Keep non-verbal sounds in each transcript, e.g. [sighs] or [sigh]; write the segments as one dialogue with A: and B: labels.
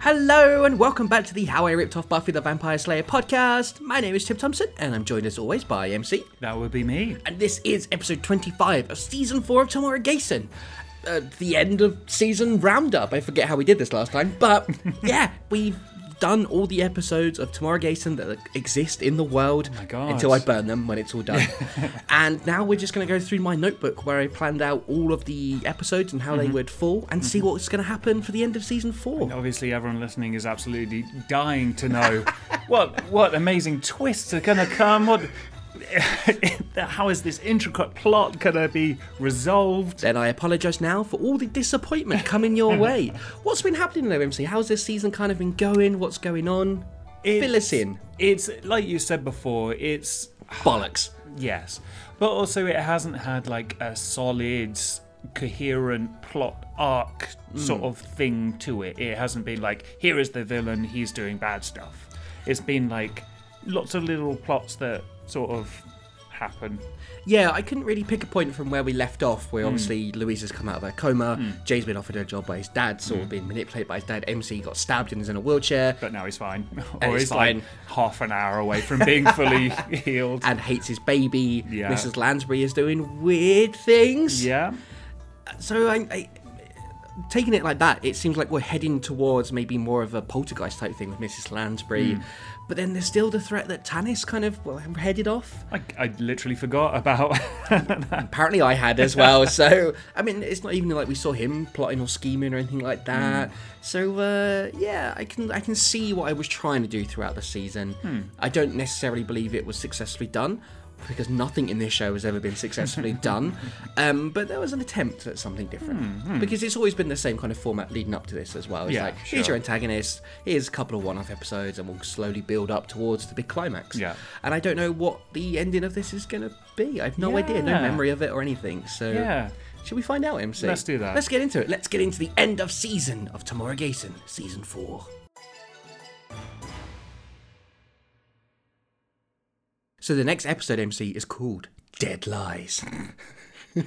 A: Hello and welcome back to the How I Ripped Off Buffy the Vampire Slayer podcast. My name is Tim Thompson and I'm joined as always by MC.
B: That would be me.
A: And this is episode 25 of season 4 of Tomorrow Gason. Uh, the end of season roundup. I forget how we did this last time,
B: [laughs]
A: but yeah, we've done all the episodes of Tomorrow Gason that exist in the world
B: Oh my God.
A: until I burn them when it's all
B: [laughs]
A: done. and now we're just going to go through my notebook where I planned out all of the episodes and how
B: Mm-hmm.
A: they would fall and see what's going to happen for the end of season 4.
B: Obviously, everyone listening is absolutely dying
A: [laughs]
B: to know what what amazing twists are going to come. What [laughs] how is this intricate plot going to be resolved?
A: Then I apologise now for all the disappointment coming your way. What's been happening though, MC? How's this season kind of been going? What's going on? Fill us in.
B: It's like you said before. It's
A: Bollocks.
B: yes, but also it hasn't had like a solid, coherent plot arc
A: Hmm.
B: sort of thing to it. It hasn't been like here is the villain, he's doing bad stuff. It's been like lots of little plots that sort of happen
A: Yeah, I couldn't really pick a point from where we left off, where obviously Louise has come out of her coma, Jay's been offered a job by his dad, sort of being manipulated by his dad, MC got stabbed and is in a wheelchair,
B: but now he's fine. [laughs]
A: And
B: or
A: Oh, he's
B: he's,
A: fine.
B: like half an hour away from
A: [laughs]
B: being fully healed.
A: and hates his baby,
B: Yeah.
A: Mrs Lansbury is doing weird things.
B: yeah.
A: So I, I taking it like that, it seems like we're heading towards maybe more of a poltergeist type thing with Mrs. Lansbury. But then there's still the threat that Tanis kind of well headed off.
B: I, I literally forgot about. [laughs]
A: Apparently, I had as well. so I mean, it's not even like we saw him plotting or scheming or anything like
B: Hmm.
A: that. So uh, yeah, I can I can see what I was trying to do throughout the season.
B: Hmm.
A: I don't necessarily believe it was successfully done. Because nothing in this show has ever been
B: [laughs]
A: successfully done, um, but there was an attempt at something different. Because it's always been the same kind of format leading up to this as well. It's
B: Hmm, Yeah,
A: like here's
B: sure.
A: your antagonist, here's a couple of one-off episodes, and we'll slowly build up towards the big climax.
B: Yeah.
A: And I don't know what the ending of this is going to be. I've no idea, no
B: Yeah.
A: memory of it or anything. So,
B: Yeah.
A: should we find out, MC?
B: Let's do that.
A: Let's get into it. Let's get into the end of season of Tamora Gason, season four. So the next episode, MC, is called Dead
B: [laughs]
A: Lies. [laughs] the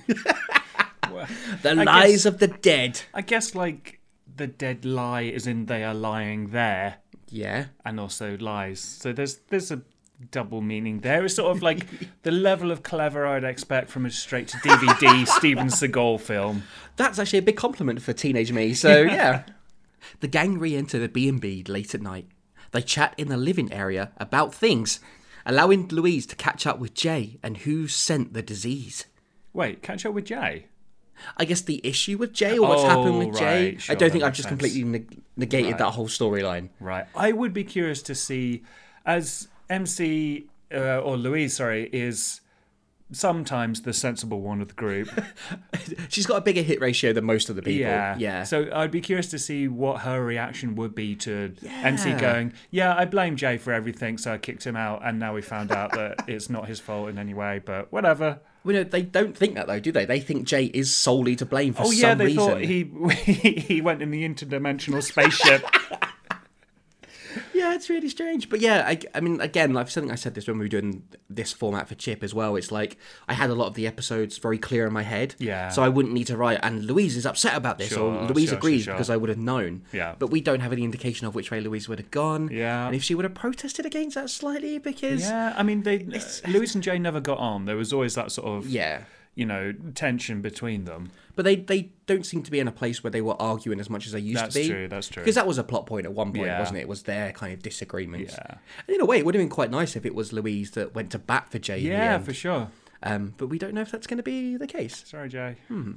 B: I
A: lies
B: guess-
A: of the dead.
B: I guess like the dead lie is in they are lying there,
A: Yeah.
B: and also lies. So there's there's a double meaning there. It's sort
A: [laughs]
B: of like the level of clever I'd expect from a straight
A: [laughs]
B: to DVD Steven Seagal film.
A: That's actually a big compliment for teenage me. So yeah, [laughs] the gang re-enter the B and B late at night. They chat in the living area about things, allowing Louise to catch up with Jay and who sent the disease.
B: Wait, catch up with Jay.
A: I guess the issue with Jay or what's happened with
B: Oh,
A: Jay.
B: right.
A: I
B: Sure,
A: don't
B: that
A: think I've
B: makes
A: just
B: sense.
A: completely neg- negated that whole storyline.
B: Right. I would be curious to see, as MC uh, or Louise, sorry, is sometimes the sensible one of the
A: [laughs]
B: group.
A: She's got a bigger hit ratio than most of the people.
B: yeah.
A: yeah.
B: So I'd be curious to see what her reaction would be to MC
A: Yeah.
B: going, "Yeah, I blame Jay for everything, so I kicked him out, and now we found
A: [laughs]
B: out that it's not his fault in any way, but whatever."
A: well, no, they don't think that though, do they? They think Jay is solely to blame for
B: Oh
A: some
B: yeah, they
A: reason.
B: thought he [laughs] he went in the
A: [laughs]
B: interdimensional spaceship.
A: Yeah, it's really strange. But yeah, I, I mean, again, like something I said this when we were doing this format for Chip as well. It's like I had a lot of the episodes very clear in my head.
B: Yeah.
A: So I wouldn't need to write, and Louise is upset about this, or
B: Sure,
A: Louise
B: sure,
A: agrees
B: sure, sure.
A: because I would have known.
B: Yeah.
A: But we don't have any indication of which way Louise would have gone.
B: Yeah.
A: And if she would have protested against that slightly because.
B: yeah, I mean, they Louise and Jay never got on. There was always that sort of
A: Yeah.
B: you know tension between them.
A: But they, they don't seem to be in a place where they were arguing as much as they used
B: That's
A: to be.
B: true, that's true.
A: Because that was a plot point at one point,
B: Yeah.
A: wasn't it? It was their kind of disagreements.
B: Yeah.
A: And in a way, it would have been quite nice if it was Louise that went to bat for Jay. in the
B: Yeah,
A: end.
B: for sure.
A: Um, but we don't know if that's going to be the case.
B: Sorry, Jay.
A: Hmm.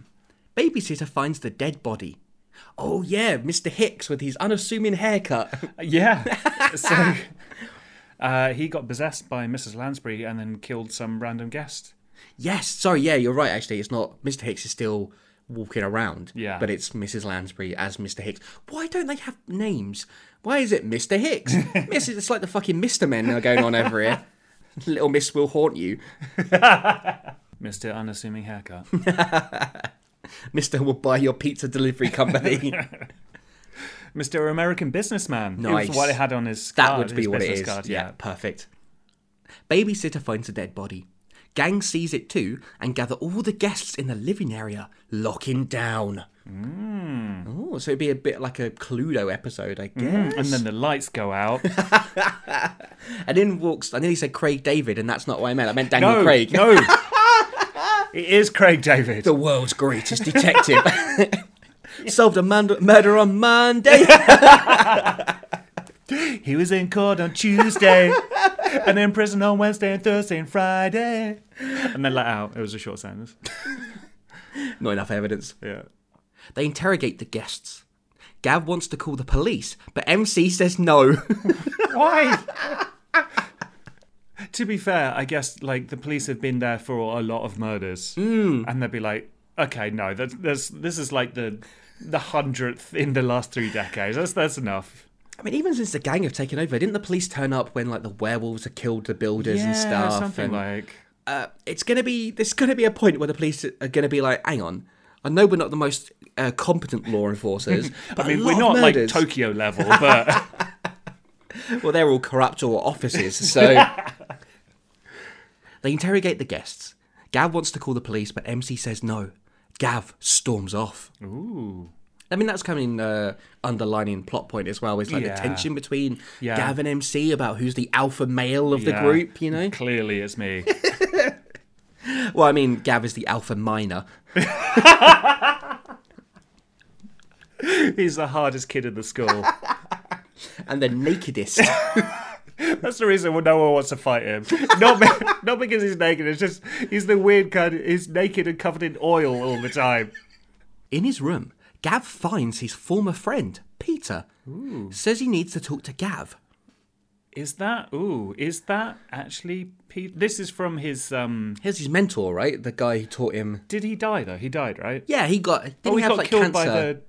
A: Babysitter finds the dead body. Oh, yeah, Mr. Hicks with his unassuming haircut.
B: [laughs] Uh, Yeah.
A: [laughs]
B: so uh, he got possessed by Mrs. Lansbury and then killed some random guest.
A: yes, sorry, yeah, you're right, actually. It's not. Mr. Hicks is still walking around.
B: Yeah.
A: But it's Mrs. Lansbury as Mr. Hicks. Why don't they have names? Why is it Mr. Hicks? Mrs. It's like the fucking Mr. Men are going on over here. Little Miss will haunt you.
B: Mr.
A: [laughs]
B: Unassuming Haircut.
A: Mr. will buy your pizza delivery company.
B: Mr. American Businessman. It
A: Nice.
B: was what it had on his
A: That
B: card,
A: would be
B: his
A: what it
B: business
A: is.
B: Card,
A: yeah. perfect. Babysitter finds a dead body. Gang sees it too and gather all the guests in the living area, locking down. Oh, so it'd be a bit like a Cluedo episode, I guess.
B: Hmm. And then the lights
A: [laughs]
B: go out.
A: And in walks, I nearly said Craig David, and that's not what I meant. I meant Daniel
B: No,
A: Craig.
B: no. it is Craig David.
A: [laughs] The world's greatest detective. [laughs] Solved a mand- murder on Monday.
B: He was in court on Tuesday, and in prison on Wednesday and Thursday and Friday. And then let out. It was a short sentence.
A: [laughs] not enough evidence.
B: Yeah.
A: They interrogate the guests. Gav wants to call the police, but MC says no. [laughs]
B: Why? to be fair, I guess like the police have been there for a lot of murders, and they'd be like, "Okay, no, that's, that's this is like the the hundredth in the last three decades. That's that's enough."
A: I mean, even since the gang have taken over, didn't the police turn up when like the werewolves have killed the builders and
B: Yeah,
A: stuff?
B: something
A: and,
B: like.
A: uh, it's gonna be there's gonna be a point where the police are gonna be like, hang on, I know we're not the most uh, competent law
B: [laughs]
A: enforcers, but
B: I mean,
A: a lot
B: we're
A: of
B: not like
A: murders- [laughs]
B: Tokyo level, but
A: Well, they're all corrupt or officers,
B: [laughs]
A: so. they interrogate the guests. Gav wants to call the police, but MC says no. Gav storms off.
B: ooh,
A: I mean, that's coming uh, underlining plot point as well. It's like
B: Yeah.
A: the tension between
B: Yeah.
A: Gav and MC about who's the alpha male of
B: yeah,
A: the group, you know?
B: Clearly, it's me. [laughs]
A: Well, I mean, Gav is the alpha minor.
B: He's the hardest kid in the school.
A: and the
B: [laughs]
A: nakedest.
B: That's the reason why no one wants to fight him. Not be- [laughs] not because he's naked. It's just he's the weird kind. He's naked and covered in oil all the time.
A: In his room, Gav finds his former friend, Peter. Says he needs to talk to Gav.
B: Is that ooh? Is that actually Pete? This is from his. um
A: Here's his mentor, right? The guy who taught him.
B: Did he die though? He died, right?
A: Yeah, he got. Didn't
B: oh,
A: he
B: he
A: have
B: got
A: like cancer?
B: killed by the.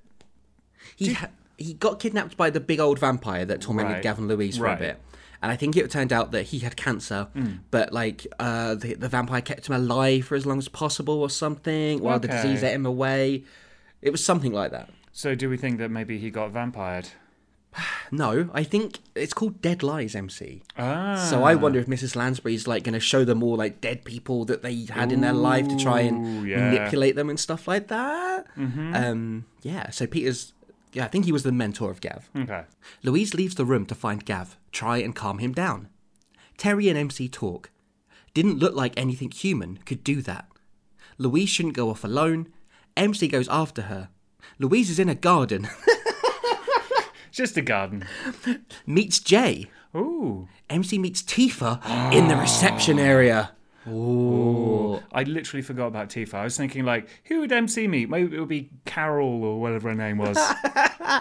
A: he ha- he got kidnapped by the big old vampire that tormented
B: Right.
A: Gavin Louise for
B: Right. Hmm.
A: a bit. And I think it turned out that he had cancer, but like uh, the the vampire kept him alive for as long as possible or something, while the
B: Okay.
A: disease ate him away. It was something like that.
B: So do we think that maybe he got vampired?
A: No, I think it's called Dead Lies MC.
B: Ah,
A: So I wonder if Mrs. Lansbury's like going to show them all like dead people that they had in their life to try and
B: Ooh, yeah. Mm-hmm.
A: manipulate them and stuff like that. Um, yeah. So Peter's, yeah, I think he was the mentor of Gav.
B: okay.
A: Louise leaves the room to find Gav, try and calm him down. Terry and MC talk. Didn't look like anything human could do that. Louise shouldn't go off alone. MC goes after her. Louise is in a garden, [laughs]
B: Just a garden.
A: meets Jay.
B: Ooh.
A: MC meets Tifa in the reception area. Ooh.
B: I literally forgot about Tifa. I was thinking like, who would MC meet? Maybe it would be Carol or whatever her
A: [laughs]
B: name was.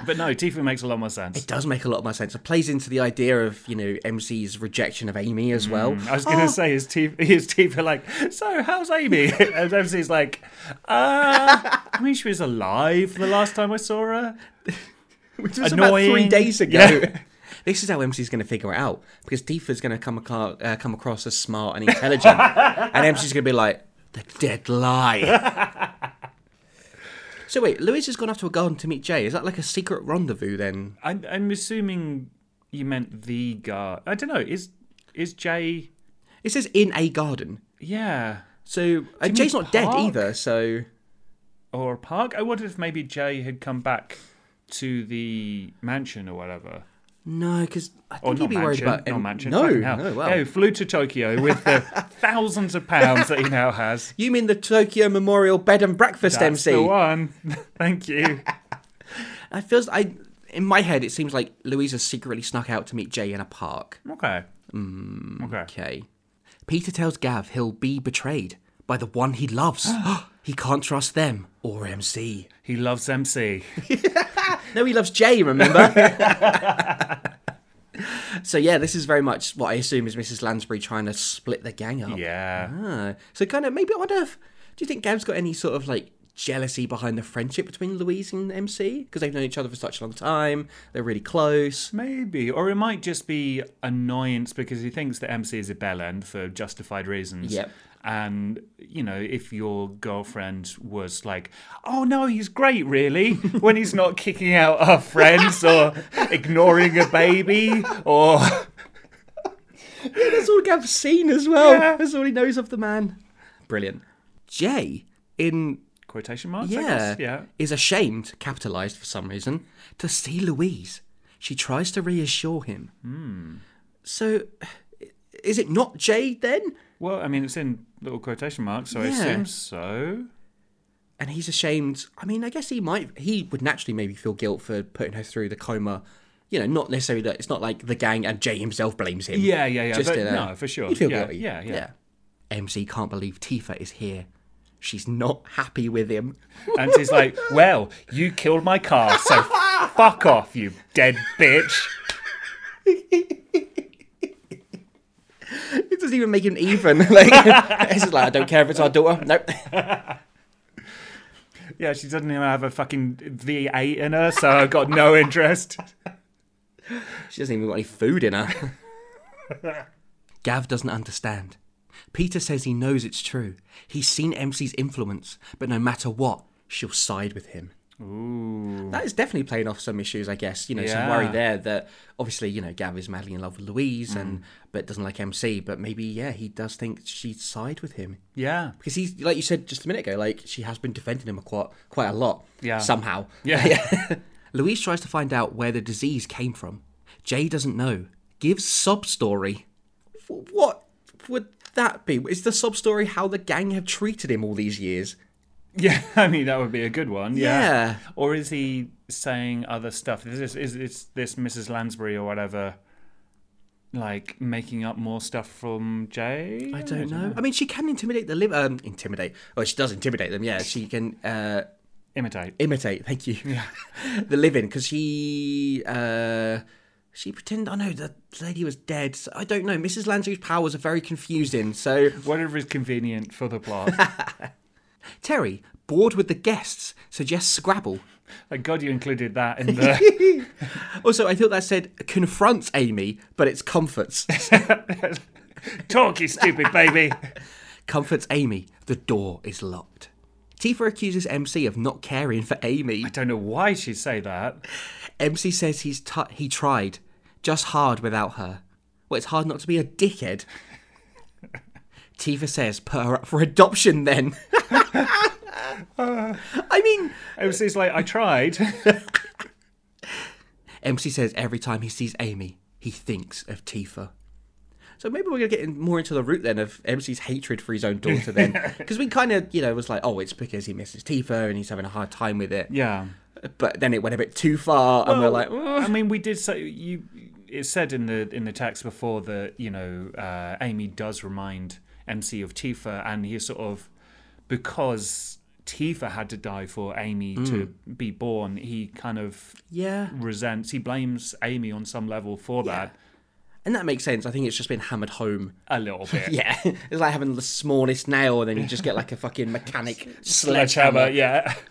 B: but no, Tifa makes a lot more sense.
A: It does make a lot more sense. It plays into the idea of, you know, MC's rejection of Amy as well.
B: I was gonna say is Tifa, is Tifa like, so how's Amy? [laughs] and MC's like, uh, I mean she was alive the last time I saw her.
A: Which was about three
B: Annoying.
A: days ago. [laughs]
B: Yeah.
A: This is how MC's going to figure it out because Tifa's going to come, aca- uh, come across as smart and [laughs] intelligent, and MC's going to be like, "The dead lie." [laughs] so wait, Louise has gone off to a garden to meet Jay. Is that like a secret rendezvous then?
B: I'm, I'm assuming you meant the guard. I don't know. Is is Jay?
A: It says in a garden,
B: Yeah.
A: so uh,
B: mean
A: Jay's not dead
B: park?
A: either. So
B: Or Park? I wondered if maybe Jay had come back to the mansion or whatever.
A: no, because I
B: Or
A: think
B: not
A: you'd be
B: mansion,
A: worried about
B: not
A: M-
B: mansion.
A: No,
B: fucking hell.
A: no, wow.
B: Yeah, he flew to Tokyo
A: [laughs]
B: with the thousands of pounds that he now has.
A: You mean the Tokyo Memorial Bed and Breakfast
B: That's
A: MC?
B: the one. [laughs] Thank you.
A: I feels I in my head it seems like Louise has secretly snuck out to meet Jay in a park.
B: Okay. Okay.
A: Mm, Okay. Peter tells Gav he'll be betrayed by the one he [gasps] loves. he can't trust them or MC.
B: He loves
A: [laughs]
B: MC.
A: No, he loves Jay, remember? [laughs] so, yeah, this is very much what I assume is Mrs. Lansbury trying to split the gang up.
B: Yeah.
A: Ah, so, kind of, maybe I wonder if. Do you think Gav's got any sort of like jealousy behind the friendship between Louise and MC? Because they've known each other for such a long time, they're really close.
B: Maybe. Or it might just be annoyance because he thinks that MC is a bell end for justified reasons.
A: Yep.
B: And, you know, if your girlfriend was like, oh no, he's great, really, [laughs] when he's not kicking out our friends
A: [laughs]
B: or ignoring a baby or. [laughs]
A: That's all Gav's seen as well.
B: Yeah.
A: That's all he knows of the man. brilliant. Jay, in
B: Quotation marks? I
A: yeah,
B: guess? Yeah.
A: is ashamed, capitalized for some reason, to see Louise. She tries to reassure him. Hmm. So, is it not Jay then?
B: Well, I mean, it's in little quotation marks, so I
A: Yeah.
B: assume so.
A: And he's ashamed. I mean, I guess he might. He would naturally maybe feel guilt for putting her through the coma. You know, not necessarily that it's not like the gang and Jay himself blames him.
B: Yeah, yeah, yeah.
A: Just
B: but
A: in a-
B: no, for sure.
A: He'd feel
B: yeah,
A: guilty.
B: Yeah, yeah.
A: MC can't believe Tifa is here. She's not happy with him. [laughs]
B: And he's like, well, you killed my car, so fuck off, you dead bitch.
A: It doesn't even make him even. [laughs] Like, it's just like I don't care if it's our daughter. Nope.
B: Yeah, she doesn't even have a fucking V8 in her, so I've got no interest.
A: She doesn't even got any food in her. [laughs] Gav doesn't understand. Peter says he knows it's true. He's seen MC's influence, but no matter what, she'll side with him.
B: Ooh.
A: That is definitely playing off some issues, I guess. You know, some
B: Yeah.
A: worry there that obviously, you know, Gav is madly in love with Louise
B: Mm.
A: and but doesn't like MC, but maybe yeah, he does think she'd side with him.
B: Yeah.
A: Because he's like you said just a minute ago, like she has been defending him quite quite a lot.
B: Yeah.
A: Somehow. [laughs]
B: Yeah.
A: Louise tries to find out where the disease came from. Jay doesn't know. Gives sub story. What would that be? Is the sub story how the gang have treated him all these years?
B: Yeah, [laughs] I mean that would be a good one. Yeah.
A: Yeah.
B: Or is he saying other stuff? Is this is, is this Mrs. Lansbury or whatever like making up more stuff from Jay?
A: I don't know. I mean, she can intimidate the live. Um, intimidate. Well, she does intimidate them. Yeah, she can uh,
B: Imitate.
A: imitate. Thank you. [laughs] the living because she uh, she pretended. I know the lady was dead. So I don't know. Mrs. Lansbury's powers are very confusing. So
B: Whatever is convenient for the plot.
A: [laughs] Terry, bored with the guests, suggests Scrabble.
B: Thank God you included that in
A: [laughs]
B: the
A: Also, I thought that said confronts Amy, but it's comforts.
B: talk, you stupid baby.
A: comforts Amy. The door is locked. Tifa accuses MC of not caring for Amy.
B: I don't know why she'd say that.
A: MC says he's t- he tried, just hard without her. Well, it's hard not to be a dickhead. Tifa says, put her up for adoption then. I mean,
B: It was just like
A: [laughs]
B: I tried.
A: MC says every time he sees Amy, he thinks of Tifa. So maybe we're going to get in more into the root then of MC's hatred for his own daughter then. Because we kind of, you know, was like, oh, it's because he misses Tifa and he's having a hard time with it.
B: Yeah.
A: But then it went a bit too far and we're like, "Mm." "Ugh."
B: I mean, we did say you. It said in the in the text before that you know uh, Amy does remind MC of Tifa, and he sort of because Tifa had to die for Amy to be born. He kind of
A: Mm. yeah.
B: resents. He blames Amy on some level for that
A: And that makes sense. I think it's just been hammered home
B: a little bit.
A: [laughs] Yeah, it's like having the smallest nail, and then you just get like a fucking mechanic
B: Sledgehammer,
A: sledgehammer.
B: yeah. [laughs]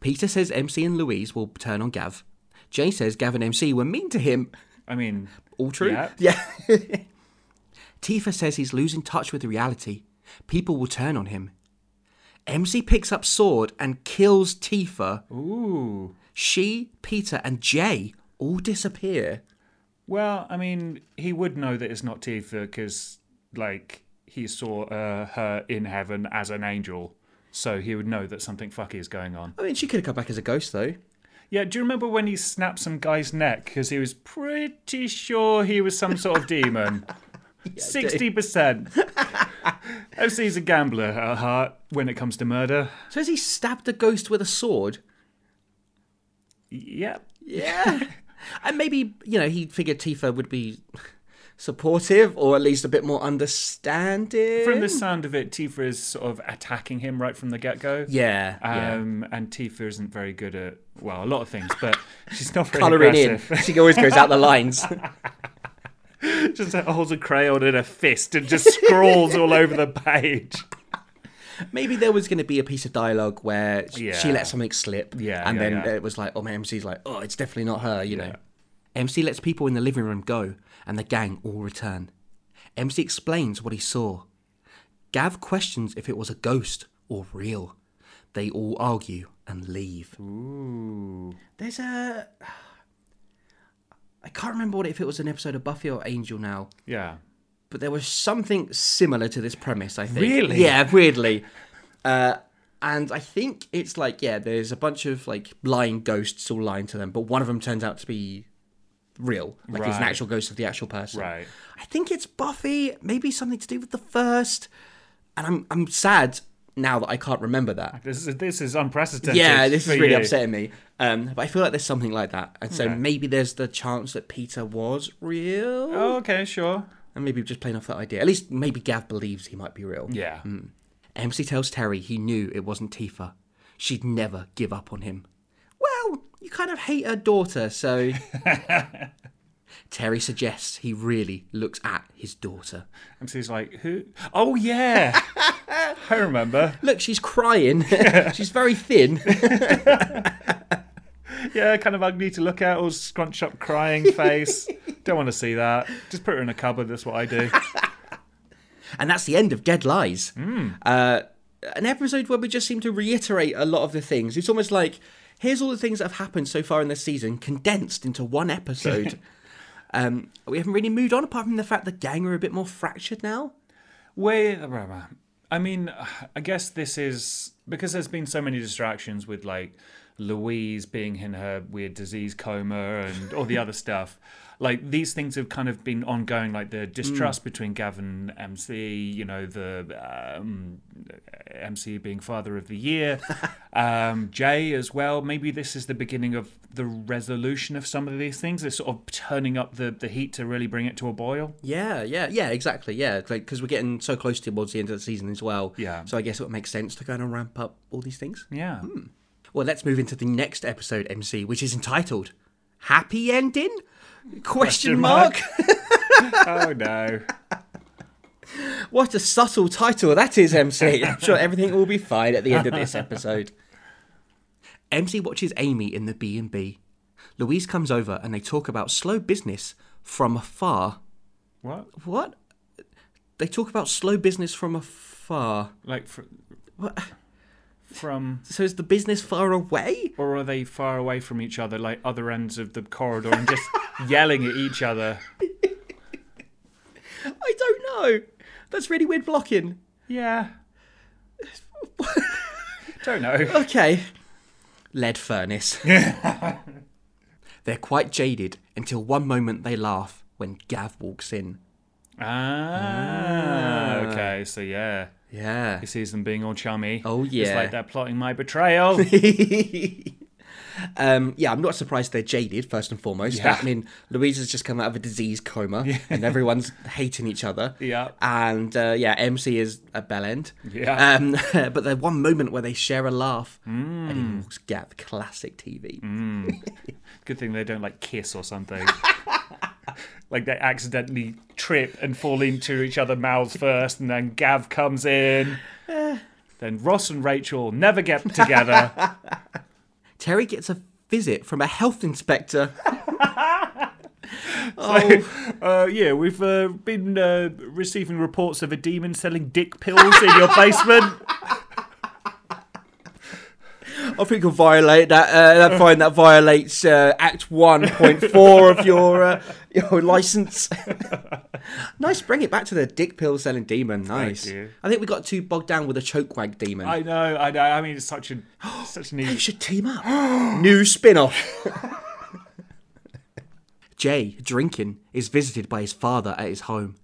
A: Peter says MC and Louise will turn on Gav. Jay says Gav and MC were mean to him.
B: I mean,
A: All true.
B: Yeah.
A: [laughs] Tifa says he's losing touch with reality. People will turn on him. MC picks up sword and kills Tifa.
B: ooh.
A: She, Peter, and Jay all disappear.
B: Well, I mean, he would know that it's not Tifa because, like, he saw uh, her in heaven as an angel, so he would know that something fucky is going on.
A: I mean, she could have come back as a ghost though.
B: Yeah, do you remember when he snapped some guy's neck because he was pretty sure he was some sort of demon? Sixty percent. MC's a gambler at heart when it comes to murder.
A: So has he stabbed a ghost with a sword?
B: Yep.
A: Yeah. and maybe, you know, he figured Tifa would be supportive or at least a bit more understanding.
B: From the sound of it, Tifa is sort of attacking him right from the get go.
A: Yeah. yeah.
B: Um, And Tifa isn't very good at well a lot of things, but she's not very
A: Colouring in.
B: aggressive. [laughs]
A: She always goes out the lines.
B: just holds a crayon in a fist and just scrawls all over the page.
A: Maybe there was going to be a piece of dialogue where sh-
B: Yeah.
A: she let something slip.
B: Yeah,
A: And
B: yeah,
A: then
B: yeah.
A: it was like, oh, my MC's like, oh, it's definitely not her, you know. MC lets people in the living room go, and the gang all return. MC explains what he saw. Gav questions if it was a ghost or real. They all argue and leave.
B: Ooh.
A: There's a. I can't remember what if it was an episode of Buffy or Angel now,
B: Yeah.
A: but there was something similar to this premise, I think.
B: Really?
A: Yeah, weirdly. Uh, and I think it's like, yeah, there's a bunch of like lying ghosts all lying to them, but one of them turns out to be real. Like it's an
B: Right.
A: actual ghost of the actual person.
B: Right.
A: I think it's Buffy, maybe something to do with the first. And I'm I'm sad now that I can't remember that.
B: This is this is unprecedented.
A: Yeah, this
B: for
A: is really
B: you.
A: upsetting me. Um, but I feel like there's something like that, and so maybe there's the chance that Peter was real,
B: Oh, okay, sure.
A: and maybe just playing off that idea. At least maybe Gav believes he might be real.
B: Yeah.
A: MC tells Terry he knew it wasn't Tifa. She'd never give up on him. Well, you kind of hate her daughter, so. Terry suggests he really looks at his daughter.
B: And so he's like, who?
A: [laughs]
B: Oh yeah, I remember.
A: Look, she's crying. [laughs] she's very thin.
B: Yeah, kind of ugly to look at, all scrunch
A: [laughs]
B: up, crying face. Don't want to see that. Just put her in a cupboard. That's what I do.
A: And that's the end of Dead Lies. Uh, an episode where we just seem to reiterate a lot of the things. It's almost like here's all the things that have happened so far in this season condensed into one [laughs] episode. um, we haven't really moved on apart from the fact the gang are a bit more fractured now.
B: Wait, I mean, I guess this is because there's been so many distractions with like Louise being in her weird disease coma and all the other stuff. Like these things have kind of been ongoing, like the distrust between Gavin and MC, you know, the um, MC being father of the year, um, Jay as well. Maybe this is the beginning of the resolution of some of these things. They're sort of turning up the, the heat to really bring it to a boil.
A: Yeah, yeah, yeah, exactly. Yeah, because we're getting so close towards the end of the season as well.
B: Yeah.
A: So I guess it would make sense to kind of ramp up all these things.
B: Yeah.
A: Well, let's move into the next episode, MC, which is entitled "Happy Ending?" Question mark.
B: oh, no.
A: What a subtle title that is, [laughs] MC. I'm sure everything will be fine at the end of this [laughs] episode. MC watches Amy in the B&B. Louise comes over and they talk about slow business from afar.
B: What?
A: What? They talk about slow business from afar.
B: Like fr-
A: What?
B: from,
A: So is the business far away?
B: or are they far away from each other, like other ends of the corridor, and just [laughs] yelling at each other?
A: I don't know. That's really weird blocking.
B: Yeah. [laughs] Don't know.
A: Okay. Lead furnace. [laughs] They're quite jaded until one moment they laugh when Gav walks in.
B: Ah, okay. So yeah,
A: Yeah.
B: he sees them being all chummy.
A: Oh,
B: it's
A: yeah.
B: like they're plotting my betrayal.
A: [laughs] um, yeah, I'm not surprised they're jaded, first and foremost.
B: Yeah.
A: I mean, Louise has just come out of a disease coma and everyone's hating each other.
B: Yeah.
A: And uh, yeah, MC is a bell end.
B: Yeah.
A: Um, [laughs] but there's one moment where they share a laugh and it
B: Mm.
A: involves Gav, classic TV.
B: Good thing they don't like kiss or something. [laughs] like they accidentally trip and fall into each other mouths first, and then Gav comes in. Eh. then Ross and Rachel never get together.
A: Terry gets a visit from a health inspector.
B: [laughs] Uh, yeah, we've uh, been uh, receiving reports of a demon selling dick pills in your basement.
A: I think you'll violate that. Uh, that fine. That violates uh, Act One Point Four of your uh, your license. [laughs] nice. Bring it back to the dick pill selling demon. Nice.
B: you.
A: I think we got too bogged down with a choke wag demon.
B: [laughs] I know, I know. I mean, it's such a such an [gasps]
A: You
B: easy.
A: should team
B: [gasps]
A: up. New spin off. [laughs] Jay, drinking, is visited by his father at his home.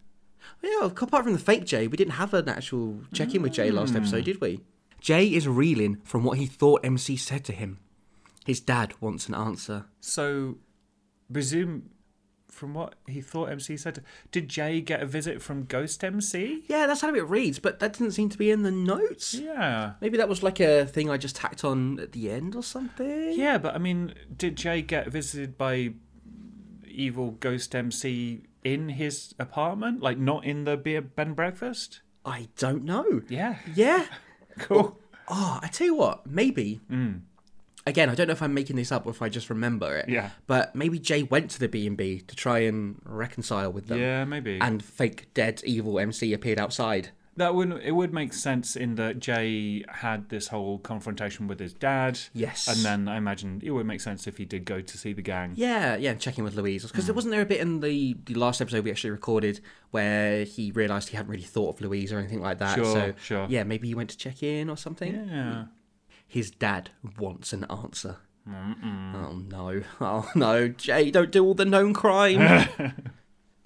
A: Yeah, apart from the fake Jay, we didn't have an actual check in with Jay last
B: Hmm.
A: episode, did we? Jay is reeling from what he thought MC said to him. His dad wants an answer.
B: So, presume from what he thought MC said, did Jay get a visit from Ghost MC?
A: Yeah, that's how it reads, but that didn't seem to be in the notes.
B: Yeah.
A: Maybe that was like a thing I just tacked on at the end or something.
B: Yeah, but I mean, did Jay get visited by evil Ghost MC in his apartment? Like, not in the beer bed and breakfast?
A: I don't know.
B: Yeah. [laughs]
A: Yeah.
B: Cool.
A: Oh, I tell you what, maybe.
B: Mm.
A: Again, I don't know if I'm making this up or if I just remember it.
B: Yeah.
A: But maybe Jay went to the B and B to try and reconcile with them.
B: Yeah, maybe.
A: And fake dead evil MC appeared outside.
B: that would it would make sense in that Jay had this whole confrontation with his dad.
A: Yes.
B: and then I imagine it would make sense if he did go to see the gang.
A: Yeah, yeah, checking with Louise because
B: Mm.
A: there wasn't there a bit in the, the last episode we actually recorded where he realised he hadn't really thought of Louise or anything like that.
B: Sure,
A: so
B: sure.
A: yeah, maybe he went to check in or something.
B: Yeah.
A: His dad wants an answer. Oh no! [laughs] Oh no! Jay, don't do all the known crime.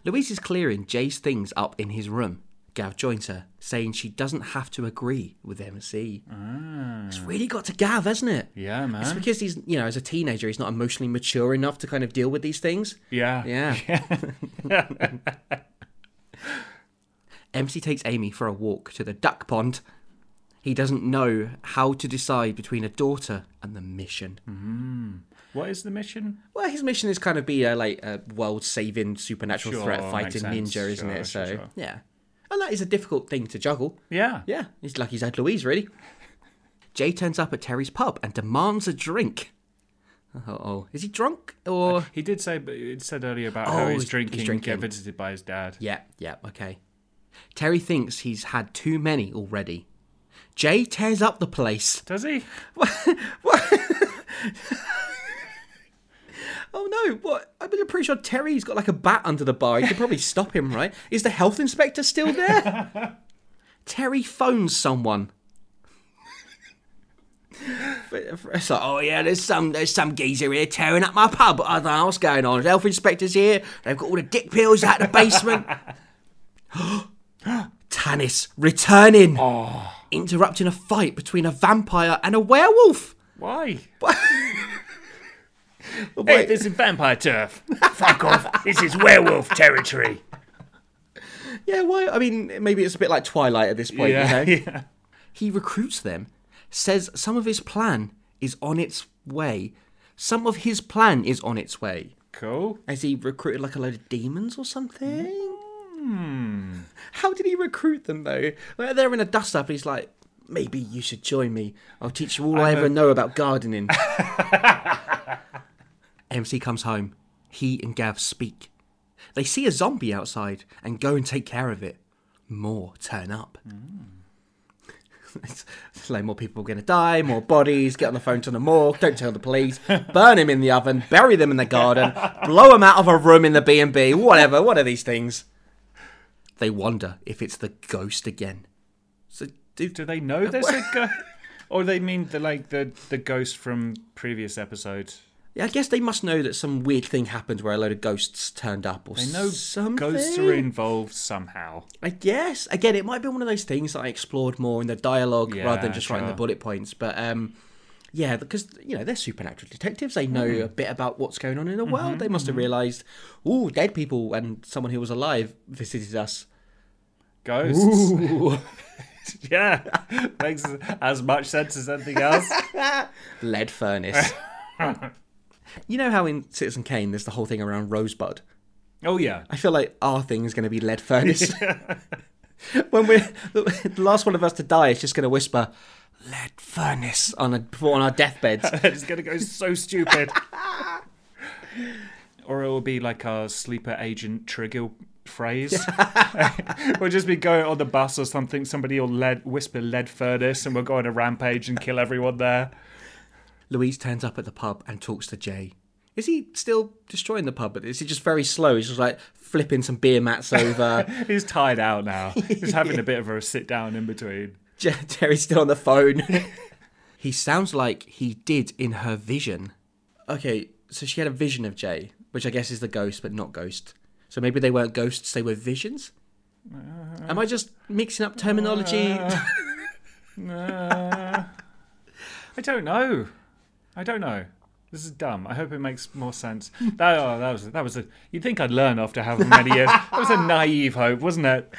A: Louise is clearing Jay's things up in his room. Gav joins her, saying she doesn't have to agree with MC. It's really got to Gav, hasn't it?
B: Yeah, man.
A: It's because he's, you know, as a teenager, he's not emotionally mature enough to kind of deal with these things.
B: yeah. [laughs]
A: Yeah. [laughs] MC takes Amy for a walk to the duck pond. He doesn't know how to decide between a daughter and the mission.
B: Hmm. What is the mission?
A: Well, his mission is kind of be a like a world-saving supernatural
B: Sure,
A: threat
B: makes
A: fighting
B: sense.
A: ninja, isn't
B: Sure,
A: it?
B: sure,
A: So
B: sure.
A: yeah, and that is a difficult thing to juggle.
B: Yeah.
A: Yeah, he's like he's had Louise really. Jay turns up at Terry's pub and demands a drink. Oh, oh. is he drunk or?
B: He did say, but it said earlier about how
A: Oh,
B: he's
A: he's
B: drinking,
A: drinking.
B: get visited by his dad.
A: Yeah, yeah, okay. Terry thinks he's had too many already. Jay tears up the place.
B: Does he?
A: Oh no, what? I mean, I'm pretty sure Terry's got like a bat under the bar. You could probably stop him, right? Is the health inspector still there? [laughs] Terry phones someone. It's like, oh yeah, there's some there's some geezer here tearing up my pub. I don't know what's going on. Health inspector's here. They've got all the dick pills out the basement. [gasps] Tannis returning, Oh. interrupting a fight between a vampire and a werewolf.
B: Why?
A: Wait.
B: this is vampire turf. [laughs] Fuck off. This is werewolf territory.
A: Yeah, why? I mean, maybe it's a bit like Twilight at this point.
B: Yeah, [laughs]
A: You know? He recruits them, says some of his plan is on its way. Some of his plan is on its way.
B: Cool.
A: Has he recruited like a load of demons or something? How did he recruit them though? Like they're in a dust up, he's like, maybe you should join me. I'll teach you all i ever know about gardening. MC comes home. He and Gav speak. They see a zombie outside and go and take care of it. More turn up.
B: Mm.
A: It's [laughs] it's like more people are going to die, more bodies. Get on the phone to the morgue. Don't tell the police. Burn him in the oven. Bury them in the garden. Blow him out of a room in the B and B. Whatever. What are these things? They wonder if it's the ghost again. So do
B: Do they know
A: [laughs]
B: there's a ghost? Or they mean the like the the ghost from previous episode.
A: yeah, I guess they must know that some weird thing happened where a load of ghosts turned up or
B: I know
A: something.
B: ghosts are involved somehow.
A: I guess again, it might be one of those things that I explored more in the dialogue rather than
B: Yeah,
A: just writing the
B: sure.
A: bullet points. But um, yeah, because you know they're supernatural detectives. They know
B: Mm-hmm.
A: a bit about what's going on in the world. They must have realised, oh, dead people and someone who was alive visited us.
B: Ghosts. [laughs] yeah. Makes as much sense as
A: [laughs]
B: anything else.
A: Lead
B: [laughs]
A: furnace. you know how in Citizen Kane there's the whole thing around Rosebud.
B: Oh yeah.
A: I feel like our thing is going to be lead
B: [laughs]
A: furnace. [laughs] when we're the last one of us to die is just going to whisper lead furnace on a, on our deathbeds.
B: [laughs] it's gonna go so stupid. [laughs] or it will be like our sleeper agent trigger phrase. [laughs] we'll just be going on the bus or something. Somebody will lead, whisper lead furnace, and we'll go on a rampage and kill everyone there.
A: Louise turns up at the pub and talks to Jay. Is he still destroying the pub? Is he just very slow? He's just like flipping some beer mats over. [laughs]
B: He's tired out now. He's having a bit of a sit down in between.
A: J- Jerry's still on the phone. [laughs] he sounds like he did in her vision. Okay, so she had a vision of Jay, which I guess is the ghost, but not ghost. So maybe they weren't ghosts, they were visions? Am I just mixing up terminology?
B: Uh, I don't know. I don't know. This is dumb. I hope it makes more sense. That, oh, that was that was. A, you'd think I'd learn after having many years. That was a naive hope, wasn't it?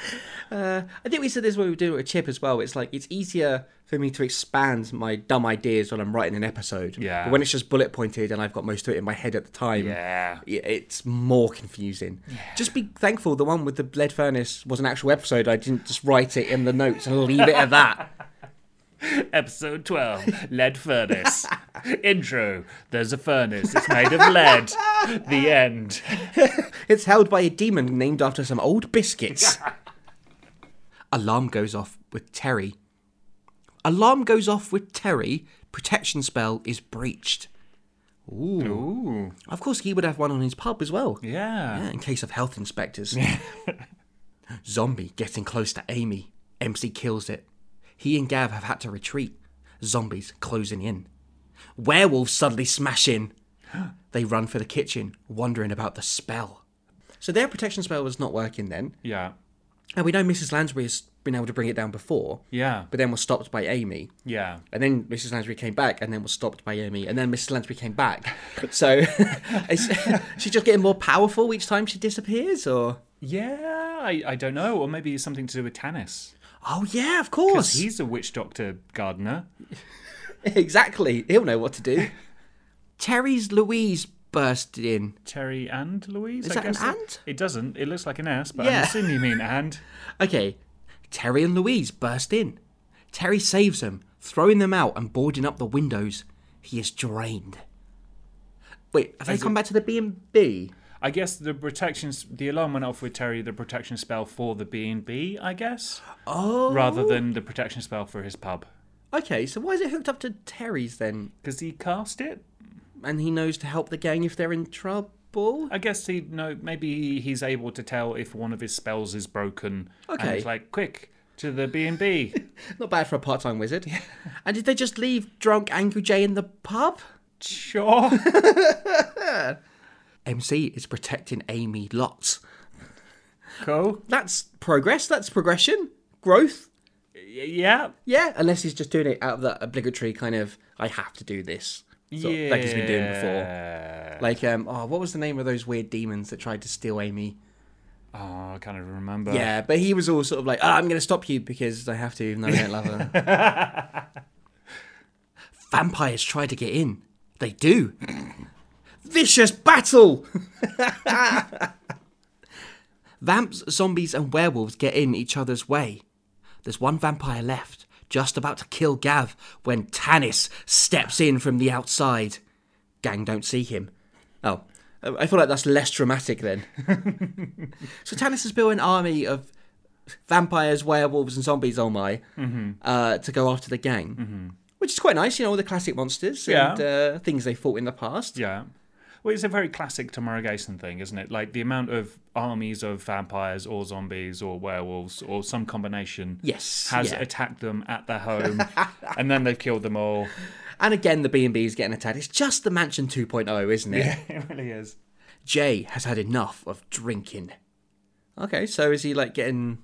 A: I think we said this when we were doing it with Chip as well. It's like it's easier for me to expand my dumb ideas when I'm writing an episode.
B: Yeah.
A: But when it's just bullet pointed and I've got most of it in my head at the time,
B: Yeah.
A: i- it's more confusing. Just be thankful the one with the lead furnace was an actual episode. I didn't just write it in the notes and leave it at that.
B: Episode 12
A: [laughs]
B: Lead Furnace. Intro There's a furnace. It's made of lead. The end. [laughs]
A: It's held by a demon named after some old biscuits. alarm goes off with Terry. Alarm goes off with Terry. Protection spell is breached. Ooh.
B: Ooh.
A: Of course, he would have one on his pub as well.
B: Yeah.
A: Yeah, Eh, in case of health inspectors. Zombie getting close to Amy. MC kills it. He and Gav have had to retreat. Zombies closing in. Werewolves suddenly smash in. They run for the kitchen, wondering about the spell. So their protection spell was not working then.
B: Yeah.
A: And we know Mrs. Lansbury has been able to bring it down before,
B: Yeah.
A: but then was stopped by Amy.
B: Yeah.
A: And then Mrs. Lansbury came back, and then was stopped by Amy, and then Mrs. Lansbury came [laughs] back. So, is [laughs] she's just getting more powerful each time she disappears, or
B: Yeah. I, I don't know. Or maybe it's something to do with Tannis.
A: oh yeah, of course,
B: He's a witch doctor gardener.
A: [laughs] exactly. He'll know what to [laughs] do. Terry's Louise burst in.
B: Terry and Louise.
A: Is
B: I
A: that an
B: guess
A: and?
B: It, it doesn't. It looks like an S, but
A: Yeah.
B: I'm assuming you
A: [laughs]
B: mean and.
A: Okay, Terry and Louise burst in. Terry saves them, throwing them out and boarding up the windows. He is drained. Wait, have they come back to the B and B?
B: I guess the protection, s- the alarm went off with Terry, the protection spell for the B and B. I guess
A: Oh,
B: rather than the protection spell for his pub
A: okay. So why is it hooked up to Terry's then?
B: because he cast it.
A: and he knows to help the gang if they're in trouble.
B: I guess he no. Maybe he- he's able to tell if one of his spells is broken. and
A: Okay.
B: he's like quick to the B and B. [laughs]
A: Not bad for a part-time wizard. [laughs] and did they just leave drunk Angry Jay in the pub?
B: Sure.
A: MC is protecting Amy lots.
B: Cool.
A: That's progress. That's progression. Growth.
B: Y- Yeah.
A: Yeah, unless he's just doing it out of that obligatory kind of I have to do this. sort of- Like he's been doing before.
B: Yeah.
A: Like um oh what was the name of those weird demons that tried to steal Amy?
B: Oh, I kind of remember.
A: Yeah, but he was all sort of like, oh, I'm going to stop you because I have to, even though I don't love her. Vampires try to get in. They do. Vicious battle! Vamps, zombies, and werewolves get in each other's way. There's one vampire left, just about to kill Gav, when Tannis steps in from the outside. Gang don't see him. Oh, I I feel like that's less dramatic then. [laughs] So Tannis has built an army of vampires, werewolves, and zombies. Oh my!
B: Mm-hmm.
A: Uh, to go after the gang, which is quite nice. You know, all the classic monsters and
B: Yeah.
A: uh, things they fought in the past.
B: Yeah. Well, it's a very classic Tamara-Gason thing, isn't it? Like the amount of armies of vampires or zombies or werewolves or some combination
A: Yes,
B: has
A: yeah.
B: attacked them at
A: [laughs]
B: their home and then they've killed them all. [laughs]
A: And again, the B and B is getting attacked. It's just the mansion 2.0, isn't it?
B: it really is.
A: Jay has had enough of drinking. Okay, so is he like getting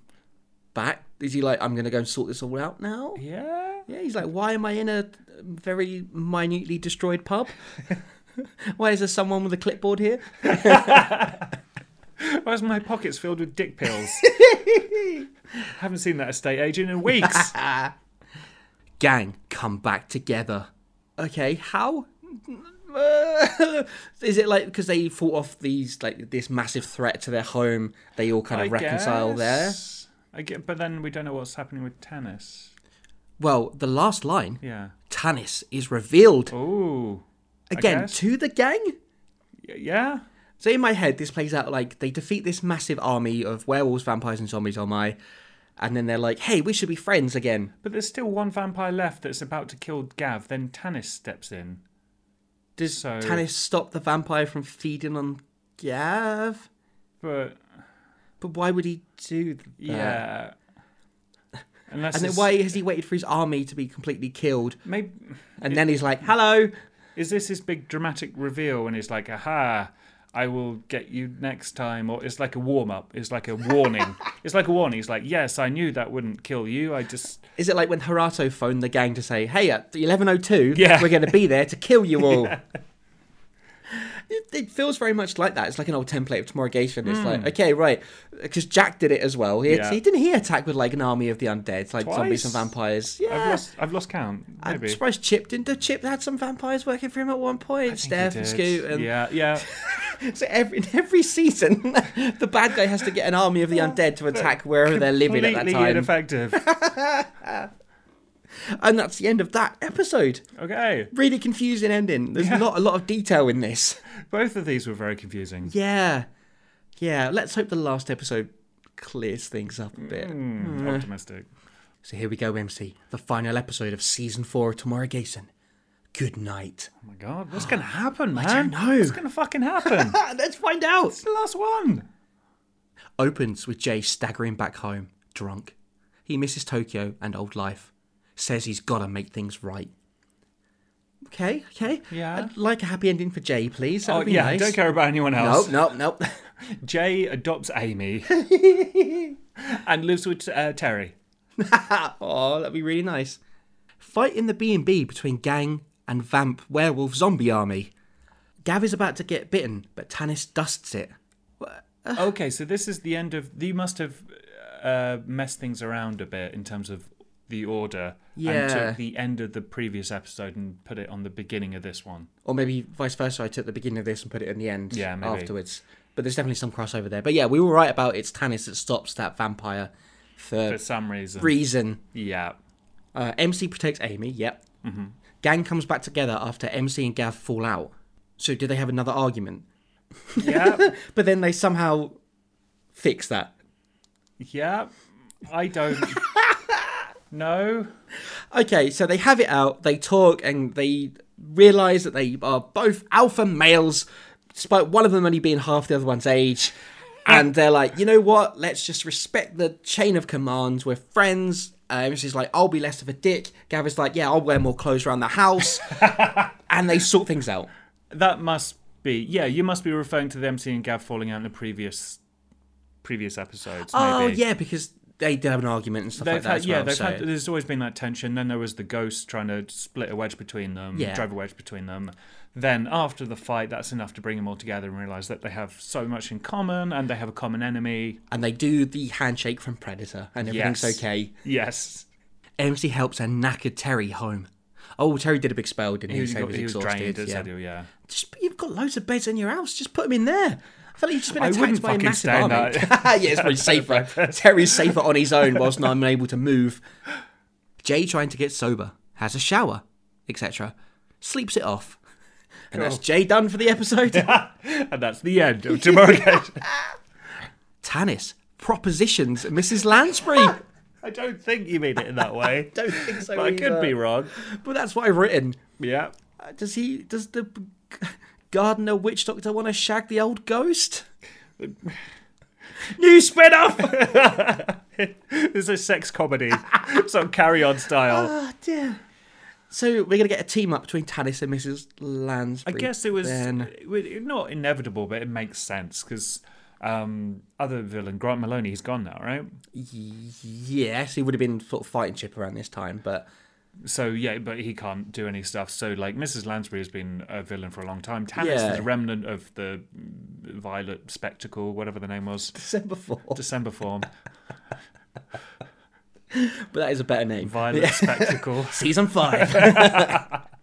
A: back? Is he like, I'm gonna go and sort this all out now?
B: Yeah.
A: Yeah, he's like, why am I in a very minutely destroyed pub? [laughs] why is there someone with a clipboard here?
B: Why is my pockets filled with
A: [laughs]
B: dick pills? Haven't seen that estate agent in weeks.
A: gang come back together. Okay, how? [laughs] Uh, Is it like because they fought off these like this massive threat to their home? They all kind of [laughs] reconcile there.
B: there. I get, but then we don't know what's happening with Tannis.
A: Well, the last line,
B: Yeah.
A: Tannis is revealed
B: Ooh.
A: again
B: guess.
A: to the gang.
B: Y- Yeah.
A: So in my head, this plays out like they defeat this massive army of werewolves, vampires, and zombies. Oh my! And then they're like, "Hey, we should be friends again."
B: But there's still one vampire left that's about to kill Gav. Then Tannis steps in.
A: Does
B: So-
A: Tannis stop the vampire from feeding on Gav?
B: But
A: But why would he do that?
B: yeah.
A: [laughs]
B: Unless
A: And then
B: it's-
A: why has he waited for his army to be completely killed?
B: Maybe
A: And then he's like, hello.
B: is this his big dramatic reveal? And he's like, "Aha, I will get you next time." Or it's like a warm up. It's like
A: [laughs]
B: a warning. it's like a warning. He's like, "Yes, I knew that wouldn't kill you. I just
A: Is it like when Harato phoned the gang to say, hey, at 11.02,
B: Yeah.
A: we're going to be there to kill you
B: [laughs]
A: all? It, it feels very much like that. It's like an old template of Tomorrowgation. It's like, okay, right. Because Jack did it as well. He,
B: Hmm. Yeah.
A: he Didn't he attack with like an army of the undead? It's like zombies and
B: Twice?
A: vampires.
B: I've
A: Yeah.
B: lost I've lost count.
A: I'm
B: Maybe."
A: surprised Chip didn't. Did Chip had some vampires working for him at one point?
B: He
A: Steph and
B: did.
A: Scoot and
B: yeah,
A: [laughs]
B: yeah.
A: So every in every season, [laughs] the bad guy has to get an army of the undead to attack wherever they're living at that
B: Completely
A: time, [laughs]
B: ineffective.
A: and that's the end of that episode.
B: okay,
A: Really confusing ending. There's not a lot of detail in this.
B: both of these were very confusing.
A: Yeah, yeah. Let's hope the last episode clears things up a bit.
B: Mm, optimistic.
A: So here we go, MC. The final episode of season four of Tomorrow Gason. Good night.
B: Oh my god, what's gonna happen,
A: don't
B: man?
A: know.
B: What's gonna
A: [laughs]
B: fucking happen?
A: Ah, let's find out.
B: it's the last one.
A: Opens with Jay staggering back home, drunk. He misses Tokyo and old life. Says he's gotta make things right. Okay, okay.
B: Yeah.
A: I'd like a happy ending for Jay, please. That
B: Oh
A: would be
B: yeah,
A: nice.
B: don't care about anyone else.
A: Nope, nope, nope. [laughs]
B: Jay adopts Amy and lives with uh, Terry.
A: oh, that'd be really nice. Fight in the B&B between gang and vamp werewolf zombie army. Gav is about to get bitten, but Tanis dusts it.
B: okay, so this is the end of. You must have uh, messed things around a bit in terms of the order. And
A: Yeah.
B: took the end of the previous episode and put it on the beginning of this one.
A: Or maybe vice versa. I took the beginning of this and put it in the end
B: Yeah, maybe.
A: afterwards. But there's definitely some crossover there. But yeah, we were right about it's Tanis that stops that vampire for
B: For some reason.
A: reason.
B: yeah.
A: [laughs] Uh, MC protects Amy, yep. Mm-hmm. Gang comes back together after MC and Gav fall out. So do they have another argument?
B: Yeah.
A: But then they somehow fix that.
B: yeah.
A: [laughs]
B: I don't. No.
A: Okay, so they have it out, they talk, and they realise that they are both alpha males, despite one of them only being half the other one's age. And they're like, you know what? Let's just respect the chain of commands. We're friends. Um, she's like, I'll be less of a dick. Gav is like, yeah, I'll wear more clothes around the
B: [laughs]
A: house. and they sort things out.
B: That must be. Yeah, you must be referring to the MC and Gav falling out in the previous previous episodes.
A: Oh,
B: maybe.
A: yeah, because they did have an argument and stuff
B: They've
A: like that
B: had,
A: as
B: yeah,
A: well.
B: they've
A: so.
B: had, there's always been that tension. Then there was the ghost trying to split a wedge between them,
A: Yeah.
B: drive a wedge between them. Then after the fight, that's enough to bring them all together and realize that they have so much in common and they have a common enemy.
A: And they do the handshake from Predator, and everything's
B: Yes.
A: okay.
B: Yes,
A: MC helps a knackered Terry home. Oh, Terry did a big spell, didn't he?
B: he was,
A: So
B: got, he was
A: exhausted,
B: drained.
A: yeah.
B: Yeah. yeah. [laughs]
A: Just you've got loads of beds in your house. Just put them in there. I feel like you've just been
B: I
A: attacked
B: wouldn't
A: by a
B: fucking
A: massive
B: stand
A: army. [laughs] yeah, it's probably safer.
B: [laughs]
A: Terry's safer on his own whilst I'm unable to move. Jay trying to get sober, has a shower, etc. Sleeps it off. And that's Jay done for the
B: [laughs]
A: episode.
B: And that's the end
A: [laughs]
B: of Tomorrow Games.
A: Tanis propositions Mrs.
B: [laughs]
A: Lansbury.
B: I don't think you mean it in
A: [laughs]
B: that way.
A: Don't think so.
B: but I could
A: either.
B: be wrong.
A: But that's what I've written.
B: Yeah.
A: Uh, Does he? Does the b- [laughs] gardener witch doctor want to shag the old ghost? [laughs] New spin off.
B: [laughs] This is a
A: [laughs]
B: sex comedy, sort of carry on style.
A: Oh dear. So we're gonna get a team up between Tanis and Mrs. Lansbury.
B: I guess it was
A: Then.
B: it was not inevitable, but it makes sense because um, other villain Grant Maloney, he's gone now, right?
A: Yes, he would have been sort of fighting chip around this time,
B: [laughs]
A: but
B: So yeah, but he can't do any stuff. So like Mrs. Lansbury has been a villain for a long time. Tannis
A: Yeah.
B: is a remnant of the Violet Spectacle, whatever the name was,
A: December fourth.
B: December form,
A: But that is a better
B: [laughs]
A: name. [laughs]
B: Violet Spectacle.
A: Season five.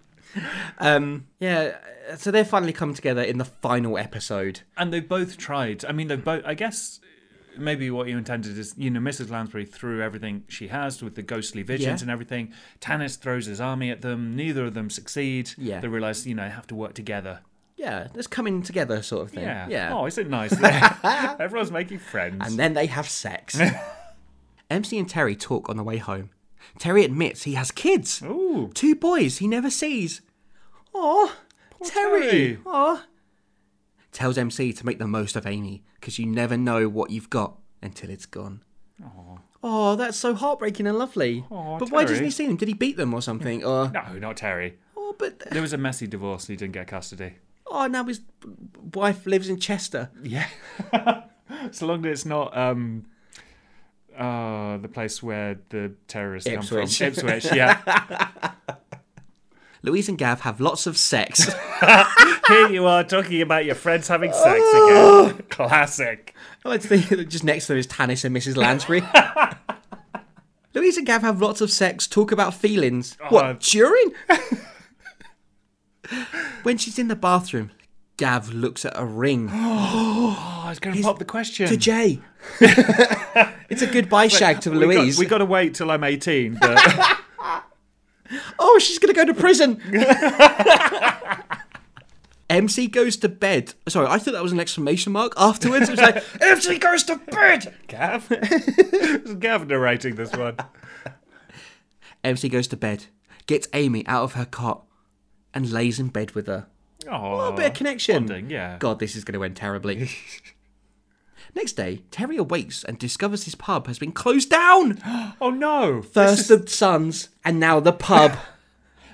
A: [laughs] um, yeah. So they finally come together in the final episode.
B: And they both tried. I mean, they both. I guess maybe what you intended is, you know, Mrs. Lansbury threw everything she has with the ghostly visions
A: Yeah.
B: and everything. Tannis throws his army at them. Neither of them succeed.
A: Yeah.
B: They realize, you know, they have to work together.
A: Yeah, it's coming together sort of thing.
B: Yeah.
A: yeah.
B: Oh, isn't it
A: [laughs]
B: nice? there? Everyone's making friends.
A: and then they have
B: [laughs]
A: sex. MC and Terry talk on the way home. Terry admits he has kids.
B: Ooh.
A: Two boys he never sees. Aw, Terry.
B: Terry.
A: Aw. Tells MC to make the most of Amy, because you never know what you've got until it's gone. Oh, that's so heartbreaking and lovely.
B: Aw,
A: but why doesn't
B: Terry.
A: he see them? Did he beat them or something? Or
B: No, not Terry.
A: oh, but
B: There was a messy divorce and he didn't get custody.
A: oh, now his wife lives in Chester.
B: Yeah. [laughs] so long as it's not um uh the place where the terrorists
A: Ipswich.
B: come from. Ipswich, yeah.
A: Louise and Gav have lots of
B: [laughs]
A: sex.
B: Here you are talking about your friends
A: [sighs]
B: having sex again. Classic.
A: I like to think [laughs] that just next to them is Tanis and Mrs.
B: [laughs]
A: Lansbury. Louise and Gav have lots of sex, talk about feelings.
B: Oh.
A: What,
B: [laughs]
A: during? [laughs] when she's in the bathroom, Gav looks at a ring
B: [gasps] Oh, I was gonna pop the question.
A: to
B: [laughs]
A: Jay. it's a goodbye shag to
B: we
A: Louise.
B: Got, we gotta wait till I'm eighteen,
A: [laughs]
B: but [laughs]
A: Oh, she's going to go to prison. MC goes to bed. Sorry, I thought that was an exclamation mark afterwards. It was
B: [laughs]
A: like, MC goes to bed! [laughs]
B: Gav? Is Gav narrating this one?
A: MC goes to bed, gets Amy out of her cot, and lays in bed with her.
B: Oh,
A: A bit of connection.
B: bonding, yeah.
A: God, this is going to end
B: [laughs]
A: terribly. Next day, Terry awakes and discovers his pub has been closed down.
B: Oh no!
A: First the Sons, and now the
B: [laughs]
A: pub.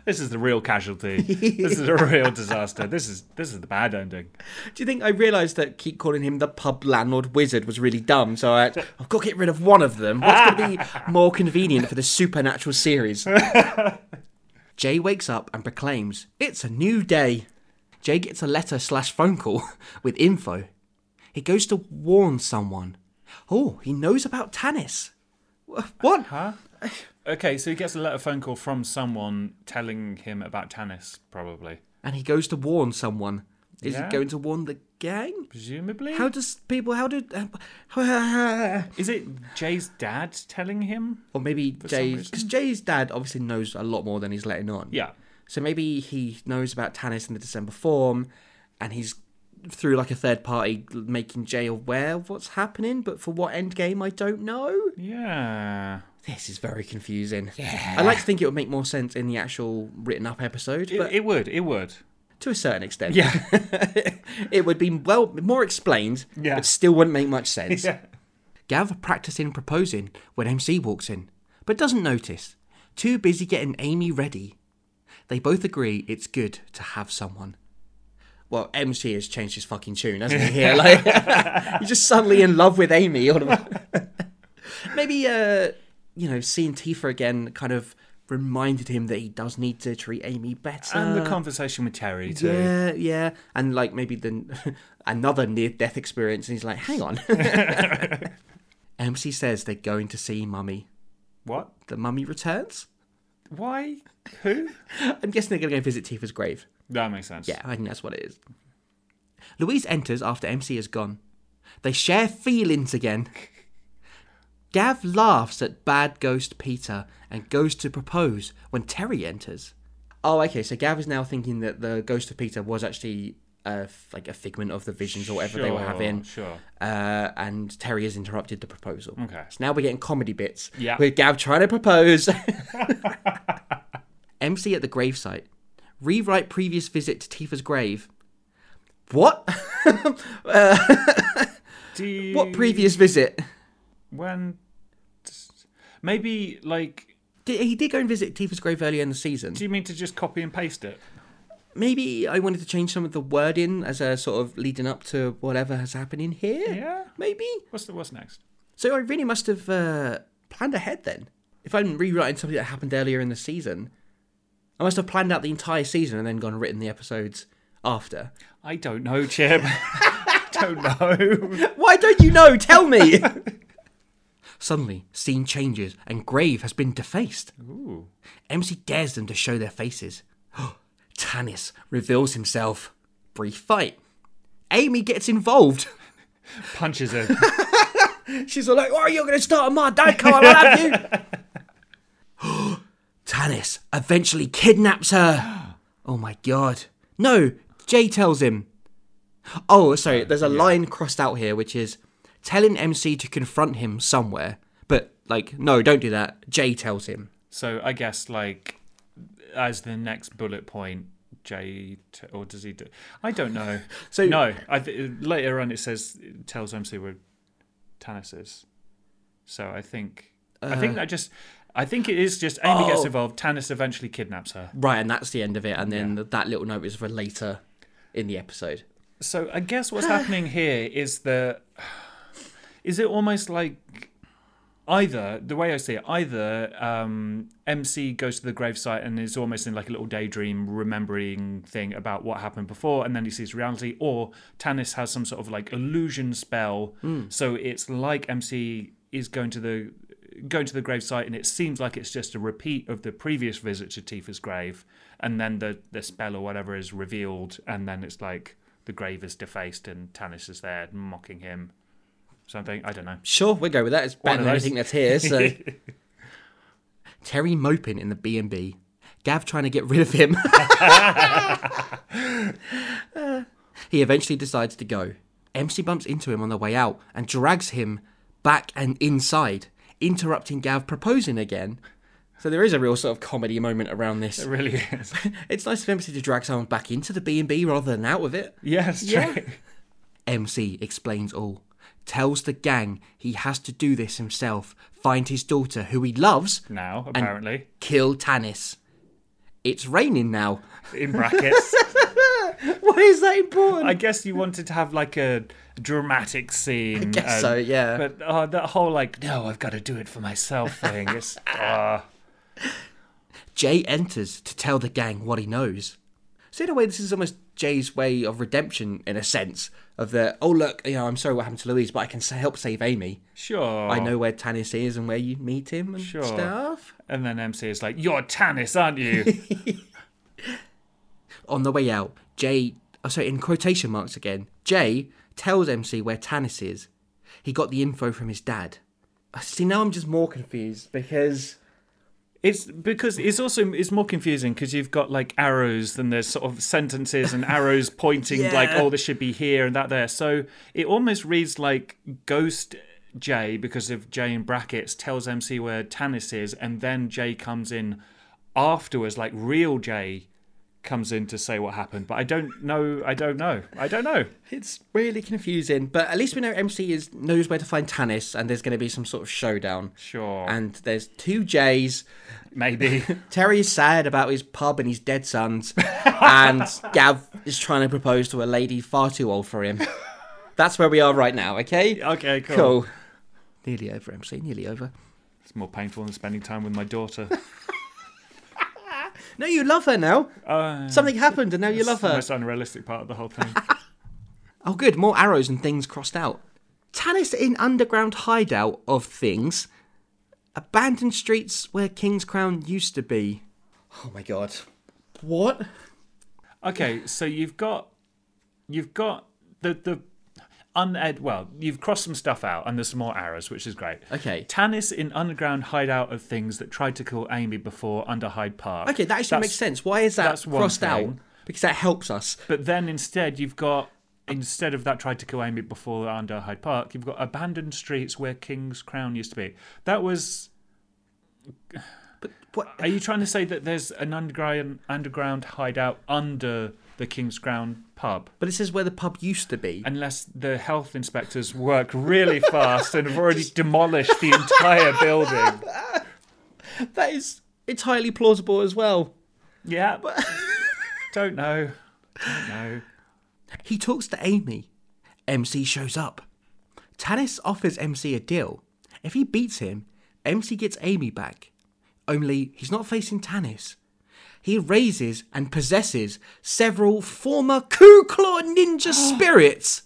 B: This is the real
A: [laughs]
B: casualty. this is a real disaster. This is this is the bad ending.
A: Do you think I realised that keep calling him the pub landlord wizard was really dumb? So I, I've got to get rid of one of them. What's going to be more convenient for the supernatural series? Jay wakes up and proclaims, "It's a new day." Jay gets a letter slash phone call [laughs] with info. He goes to warn someone. Oh, he knows about Tannis. Wha- What?
B: Okay, so he gets a letter phone call from someone telling him about Tannis, probably.
A: And he goes to warn someone. Is
B: Yeah.
A: he going to warn the gang?
B: Presumably.
A: How does people? How [laughs] did? or
B: Is it Jay's dad telling him?
A: maybe Jay's
B: reason.
A: because Jay's dad obviously knows a lot more than he's letting on.
B: Yeah.
A: So maybe he knows about Tannis in the December form, and he's through like a third party making Jay aware of what's happening. But for what end game, I don't know.
B: Yeah.
A: This is very confusing. Yeah. I like to think it would make more sense in the actual written up episode,
B: It,
A: but
B: it would. It would.
A: to a certain extent,
B: Yeah.
A: [laughs] it would be well more explained.
B: Yeah.
A: but still wouldn't make much sense.
B: yeah.
A: Gav practicing proposing when MC walks in, but doesn't notice. Too busy getting Amy ready. They both agree it's good to have someone. Well, MC has changed his fucking tune, hasn't he?
B: [laughs]
A: Here, like, [laughs] he's just suddenly in love with Amy. all of- [laughs] Maybe, uh, you know, seeing Tifa again kind of reminded him that he does need to treat Amy better.
B: And the conversation with Terry too.
A: Uh, Yeah, yeah, and like maybe the [laughs] another near death experience, and he's like, "Hang on." [laughs] MC says they're going to see Mummy.
B: What?
A: The Mummy returns.
B: Why? Who?
A: I'm guessing they're going to go visit Tifa's grave.
B: That makes sense.
A: Yeah, I think that's what it is. Louise enters after MC is gone. They share feelings [laughs] again. Gav laughs at bad ghost Peter and goes to propose when Terry enters. Oh, okay. So Gav is now thinking that the ghost of Peter was actually uh, f- like a figment of the visions or whatever they were
B: Sure,
A: having.
B: Sure.
A: Uh, and Terry has interrupted the proposal.
B: Okay.
A: So now we're getting comedy bits.
B: Yeah.
A: With Gav trying to propose. [laughs] MC at the gravesite. Rewrite previous visit to Tifa's grave. What? [laughs]
B: Do you,
A: what previous visit?
B: When? Maybe like.
A: Did, he did go and visit Tifa's grave earlier in the season.
B: Do you mean to just copy and paste it?
A: Maybe I wanted to change some of the wording as a sort of leading up to whatever has happened in here.
B: Yeah.
A: Maybe.
B: What's the what's next?
A: So I really must have uh, planned ahead then. If I'm rewriting something that happened earlier in the season, I must have planned out the entire season and then gone and written the episodes after.
B: I don't know, Chip. [laughs] I don't
A: [laughs]
B: know.
A: Why don't you know? Tell me! [laughs] Suddenly, scene changes and Grave has been defaced.
B: Ooh.
A: MC dares them to show their faces. [gasps] Tannis reveals himself. Brief fight. Amy gets involved.
B: Punches him.
A: She's all like, "Oh, you're going to start on my dad car. I love you." [gasps] Tannis eventually kidnaps her. [gasps] Oh my god! No, Jay tells him. Oh, sorry. There's a line crossed out here, which is telling MC to confront him somewhere, but like, no, don't do that. Jay tells him.
B: so I guess like as the next bullet point, Jay t- or does he do? I don't know.
A: [laughs] So-
B: no. I th- later on it says it tells MC where Tannis is. So I think I think that just I think it is just Amy gets
A: Uh. Oh.
B: involved. Tannis eventually kidnaps her.
A: Right, and that's the end of it. And then that little note is for later in the episode.
B: So I guess what's happening here is that is it almost like either the way I see it, either um, MC goes to the gravesite and is almost in like a little daydream remembering thing about what happened before, and then he sees reality, or Tannis has some sort of like illusion spell, so it's like MC is going to the going to the gravesite and it seems like it's just a repeat of the previous visit to Tifa's grave and then the the spell or whatever is revealed and then it's like the grave is defaced and Tannis is there mocking him something I don't know
A: Sure, we'll go with that. It's better
B: of [laughs]
A: than
B: those.
A: anything that's here. So, Terry moping in the B and B. Gav trying to get rid of him. Uh, he eventually decides to go. MC bumps into him on the way out and drags him back and inside, interrupting Gav proposing again. So there is a real sort of comedy moment around this.
B: It really is.
A: It's nice of MC to drag someone back into the B&B rather than out of it.
B: Yeah, that's true.
A: Yeah. MC explains all. Tells the gang he has to do this himself, find his daughter, who he loves,
B: [laughs] Now, apparently,
A: kill Tannis. It's raining now.
B: in brackets.
A: [laughs] Why is that important?
B: I guess you wanted to have like a dramatic scene. I
A: guess so, yeah.
B: But oh, that whole like, no, I've got to do it for myself thing
A: [laughs]
B: is. ah.
A: [laughs] Jay enters to tell the gang what he knows. So in a way, this is almost Jay's way of redemption, in a sense, of the oh look, you know, I'm sorry what happened to Louise, but I can s- help save Amy.
B: sure.
A: I know where Tannis is and where you meet him and
B: Oh. Sure.
A: stuff.
B: And then MC is like, "You're Tannis,
A: [laughs]
B: aren't you?"
A: On the way out, Jay, oh, sorry, in quotation marks again, Jay tells MC where Tannis is. He got the info from his dad. Uh, See, now I'm just more confused because
B: it's because it's also it's more confusing because you've got like arrows and there's sort of sentences and
A: [laughs]
B: arrows pointing like,
A: Yeah.
B: "Oh, this should be here and that there." So it almost reads like Ghost Jay because of Jay in brackets tells MC where Tannis is, and then Jay comes in afterwards, like real Jay comes in to say what happened. But I don't know. I don't know. I don't know.
A: It's really confusing, but at least we know MC is knows where to find Tannis, and there's going to be some sort of showdown.
B: Sure.
A: And there's two J's. [laughs]
B: Maybe.
A: Terry is sad about his pub and his dead sons, [laughs] and Gav is trying to propose to a lady far too old for
B: [laughs]
A: him. That's where we are right now. Okay.
B: okay. Cool.
A: Cool. Nearly over, MC. Nearly over.
B: It's more painful than spending time with my daughter.
A: No, you love her now.
B: Uh,
A: Something happened, and now you love
B: It's the
A: her.
B: most unrealistic part of the
A: [laughs]
B: whole thing.
A: Oh, good. More arrows and things crossed out. Tannis in underground hideout of things. Abandoned streets where King's Crown used to be. Oh my god. What?
B: okay, so you've got you've got the the uned well, you've crossed some stuff out and there's some more arrows, which is great.
A: Okay.
B: Tannis in underground hideout of things that tried to kill Amy before under Hyde Park.
A: Okay, that actually
B: That's-
A: makes sense. Why is that
B: that's one
A: crossed out?
B: thing.
A: Because that helps us.
B: But then instead you've got instead of that tried to kill Amy before under Hyde Park, you've got abandoned streets where King's Crown used to be. That was
A: But what?
B: Are you trying to say that there's an underground underground hideout under the King's Crown pub?
A: But this is where the pub used to be.
B: Unless the health inspectors work really fast and have already demolished the entire building.
A: That is entirely plausible as well.
B: Yeah. Don't know. Don't know.
A: He talks to Amy. MC shows up. Tannis offers MC a deal. If he beats him, MC gets Amy back. Only he's not facing Tannis. He raises and possesses several former Ku Klux ninja spirits.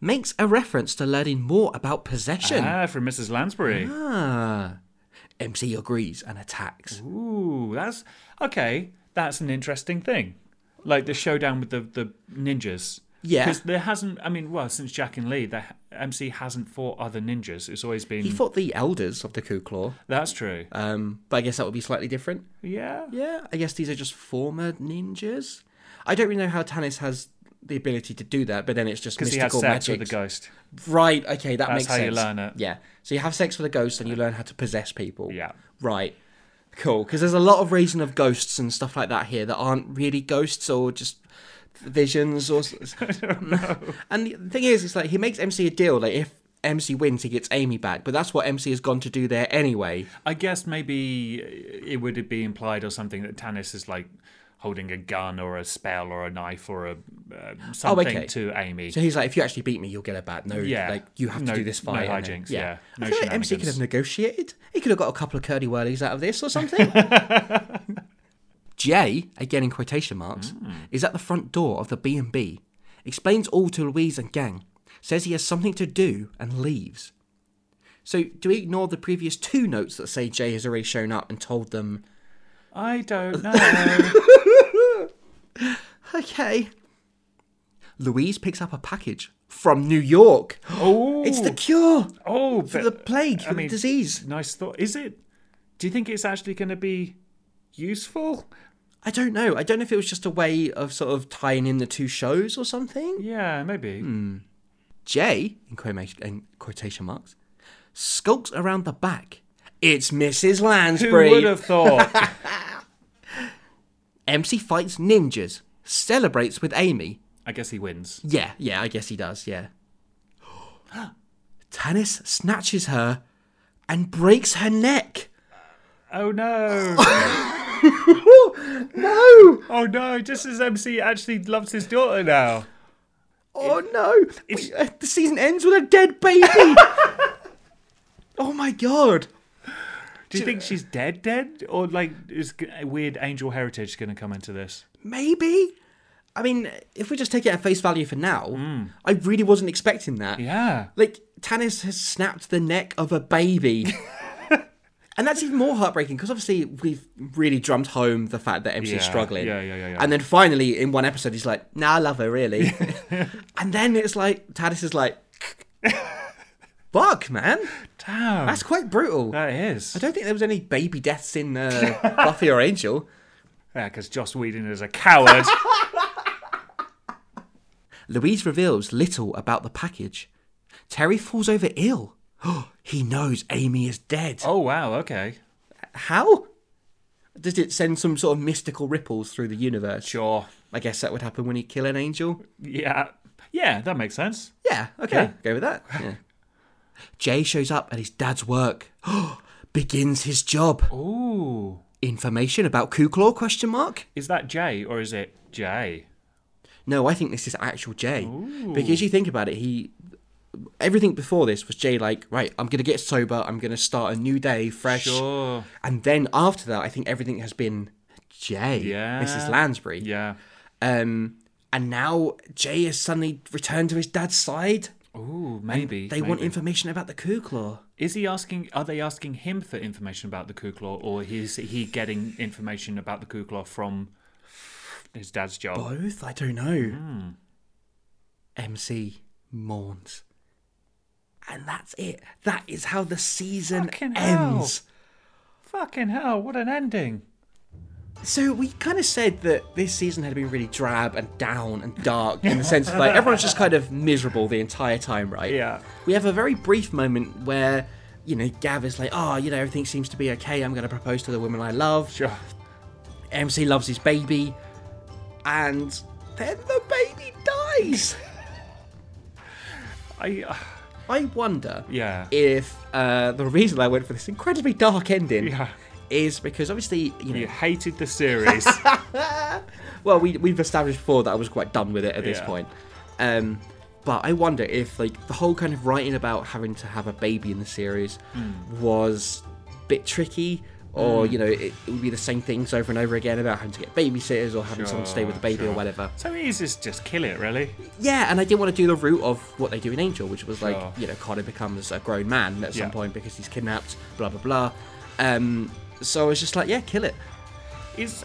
A: Makes a reference to learning more about possession.
B: Ah, from Mrs. Lansbury.
A: Hmm. Ah. MC agrees and attacks.
B: Ooh, that's okay. That's an interesting thing. Like the showdown with the, the ninjas.
A: Yeah.
B: Because there hasn't, I mean, well, since Jack and Lee, the MC hasn't fought other ninjas. It's always been.
A: He fought the elders of the Ku Klux,
B: that's true.
A: um, but I guess that would be slightly different.
B: Yeah.
A: Yeah, I guess these are just former ninjas. I don't really know how Tannis has the ability to do that, but then it's just
B: Because he has
A: mystical
B: sex
A: magic.
B: with a ghost.
A: Right, okay, that
B: That's
A: makes
B: how you
A: sense.
B: learn it.
A: Yeah. So you have sex with a ghost and you learn how to possess people.
B: Yeah.
A: Right. Cool, because there's a lot of reason of ghosts and stuff like that here that aren't really ghosts or just visions or.
B: [laughs]
A: [laughs] and the thing is, it's like he makes MC a deal. Like if MC wins, he gets Amy back. But that's what MC has gone to do there anyway.
B: I guess maybe it would be implied or something that Tannis is like holding a gun or a spell or a knife or a uh, something
A: Oh, okay.
B: to Amy.
A: So he's like, if you actually beat me, you'll get it back. No,
B: Yeah.
A: like you have
B: No-
A: to do this
B: no
A: fight. and then-
B: hijinks, yeah. No
A: I feel like MC could
B: shenanigans.
A: have negotiated. He could have got a couple of curly whirlies out of this or
B: [laughs]
A: something. [laughs] Jay, again in quotation marks,
B: Hmm.
A: is at the front door of the B and B. Explains all to Louise and gang. Says he has something to do and leaves. So do we ignore the previous two notes that say Jay has already shown up and told them? [laughs]
B: I don't know.
A: Okay. Louise picks up a package from New York.
B: [gasps] oh,
A: It's the cure.
B: oh,
A: for
B: but-
A: the plague, for
B: mean,
A: the disease.
B: Nice thought. Is it? Do you think it's actually going to be useful?
A: I don't know. I don't know if it was just a way of sort of tying in the two shows or something.
B: Yeah, maybe.
A: Hmm. Jay, in quotation, in quotation marks, skulks around the back. It's Mrs.
B: Who
A: Lansbury.
B: would have
A: [laughs]
B: thought?
A: MC fights ninjas, celebrates with Amy.
B: I guess he wins.
A: Yeah, yeah, I guess he does, yeah. [gasps] Tannis snatches her and breaks her neck.
B: Oh no!
A: No!
B: Oh no! Just as MC actually loves his daughter now.
A: Oh no! We- uh, the season ends with a dead
B: [laughs]
A: baby! oh my god!
B: Do you think she's dead, dead, or like is g- a weird angel heritage going to come into this?
A: Maybe? I mean, if we just take it at face value for now, I really wasn't expecting that.
B: Hmm. Yeah.
A: Like, Tannis has snapped the neck of a
B: [laughs]
A: baby. and that's even more heartbreaking because obviously we've really drummed home the fact that MC is
B: Yeah,
A: struggling.
B: yeah, yeah, yeah, yeah.
A: And then finally, in one episode, he's like, nah, I love her,
B: [laughs]
A: really. [laughs] and then it's like, Tannis is like, [laughs] fuck, man.
B: Damn.
A: That's quite brutal.
B: that is.
A: I don't think there was any baby deaths in uh, Buffy or Angel.
B: Yeah, because Joss Whedon is
A: [laughs]
B: a coward.
A: Louise reveals little about the package. Terry falls over ill. [gasps] he knows Amy is dead.
B: oh wow. Okay.
A: How? Does it send some sort of mystical ripples through the universe?
B: Sure.
A: I guess that would happen when you kill an angel.
B: Yeah. Yeah, that makes sense.
A: Yeah, okay,
B: Yeah.
A: go with that. Yeah. Jay shows up at his dad's work. [gasps] Begins his job.
B: Ooh.
A: Information about Ku Claw? Question mark.
B: Is that Jay or is it Jay?
A: No, I think this is actual Jay. Because you think about it, he everything before this was Jay like, right, I'm gonna get sober, I'm gonna start a new day, fresh.
B: Sure.
A: And then after that, I think everything has been Jay,
B: Yeah.
A: Mrs. Lansbury.
B: Yeah.
A: Um, and now Jay has suddenly returned to his dad's side.
B: Ooh, maybe.
A: They want
B: maybe.
A: information about the Ku Claw.
B: Is he asking? Are they asking him for information about the Ku Klux, or is he getting information about the Ku Klux from his dad's job?
A: Both? I don't know.
B: Hmm.
A: MC mourns. And that's it. That is how the season
B: Fucking hell.
A: ends.
B: Fucking hell! What an ending.
A: So we kind of said that this season had been really drab and down and dark in the sense of like everyone's just kind of miserable the entire time, right?
B: Yeah.
A: We have a very brief moment where, you know, Gav is like, oh, you know, everything seems to be okay. I'm going to propose to the woman I love.
B: Sure.
A: MC loves his baby. And then the baby dies.
B: I. [sighs]
A: I wonder
B: Yeah.
A: if uh, the reason I went for this incredibly dark ending
B: Yeah.
A: is because obviously, you know,
B: You hated
A: [laughs]
B: the series.
A: Well, we we've established before that I was quite done with it at this
B: Yeah.
A: point. Um, but I wonder if like the whole kind of writing about having to have a baby in the series
B: Hmm.
A: was a bit tricky. Or you know, it, it would be the same things over and over again about having to get babysitters or having someone stay with the
B: Sure,
A: baby or
B: sure.
A: whatever.
B: so it is just just kill it, really.
A: Yeah, and I didn't want to do the route of what they do in Angel, which was like
B: Sure.
A: you know Connor becomes a grown man at some
B: Yeah.
A: point because he's kidnapped, blah blah blah. Um, so I was just like, yeah, kill it.
B: is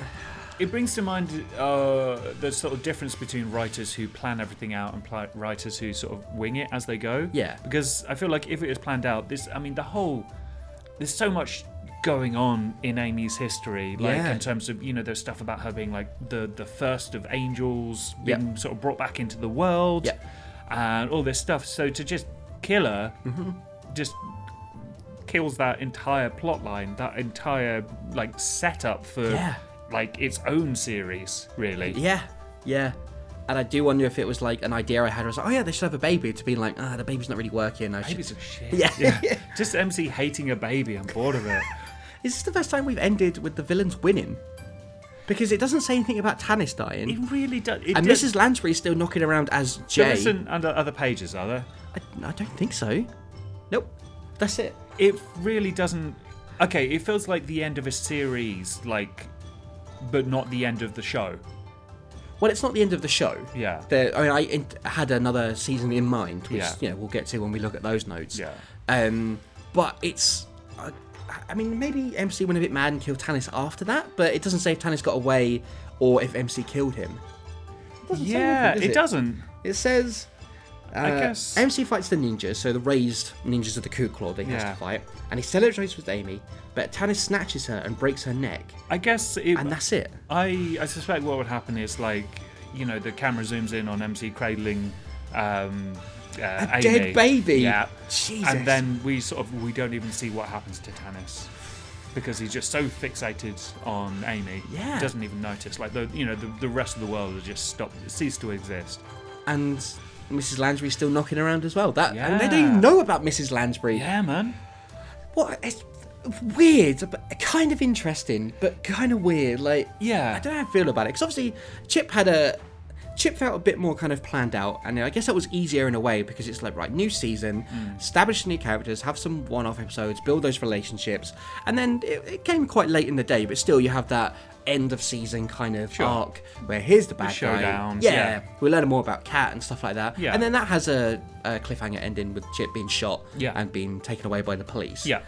B: it brings to mind uh, the sort of difference between writers who plan everything out and pli writers who sort of wing it as they go.
A: Yeah.
B: Because I feel like if it was planned out, this I mean the whole there's so much going on in Amy's history, like
A: Yeah.
B: in terms of you know there's stuff about her being like the the first of angels
A: Yep.
B: being sort of brought back into the world,
A: Yep.
B: and all this stuff. So to just kill her,
A: Mm-hmm.
B: just kills that entire plot line, that entire like setup for
A: Yeah.
B: like its own series, really.
A: Yeah, yeah. And I do wonder if it was like an idea I had. I was like, oh yeah, they should have a baby. To be like, ah, the baby's not really working. I should...
B: Babies are shit.
A: Yeah. [laughs]
B: Just MC hating a baby, I'm bored of it.
A: Is this the first time we've ended with the villains winning? Because it doesn't say anything about Tannis dying,
B: It really does. It
A: and
B: does-
A: Mrs. Lansbury's still knocking around as
B: There
A: Jay.
B: isn't under other pages, are there?
A: I, I don't think so. Nope, that's it.
B: It really doesn't. Okay, it feels like the end of a series, like, but not the end of the show.
A: Well, it's not the end of the show.
B: Yeah.
A: There, I mean, I in- had another season in mind, which
B: Yeah.
A: you know we'll get to when we look at those notes.
B: Yeah.
A: Um, but it's, I, I mean, maybe MC went a bit mad and killed Tannis after that, but it doesn't say if Tannis got away or if MC killed him. It doesn't say
B: yeah,
A: anything, does
B: it doesn't.
A: It says
B: I guess.
A: MC fights the ninjas, so the raised ninjas of the Ku Claw that he has
B: Yeah.
A: to fight, and he celebrates with Amy, but Tannis snatches her and breaks her neck,
B: I guess it,
A: and that's it.
B: I I suspect what would happen is like you know the camera zooms in on MC cradling um, uh, a
A: dead baby.
B: Yeah,
A: Jesus.
B: And then we sort of we don't even see what happens to Tanis because he's just so fixated on Amy.
A: Yeah.
B: he doesn't even notice. Like the you know the, the rest of the world has just stopped, ceased to exist.
A: And Mrs. Lansbury's still knocking around as well. That and they don't even
B: Yeah.
A: know about Mrs. Lansbury.
B: Yeah, man.
A: What? It's weird, but kind of interesting, but kind of weird. Like,
B: Yeah.
A: I don't know how I feel about it because obviously Chip had a Chip felt a bit more kind of planned out, and I guess that was easier in a way because it's like right, new season, establish new characters, have some one-off episodes, build those relationships, and then it, it came quite late in the day, but still you have that end of season kind of arc where here's the bad guy,
B: showdowns, yeah.
A: we learn more about Cat and stuff like that,
B: Yeah.
A: and then that has a, a cliffhanger ending with Chip being shot
B: Yeah.
A: and being taken away by the police.
B: Yeah.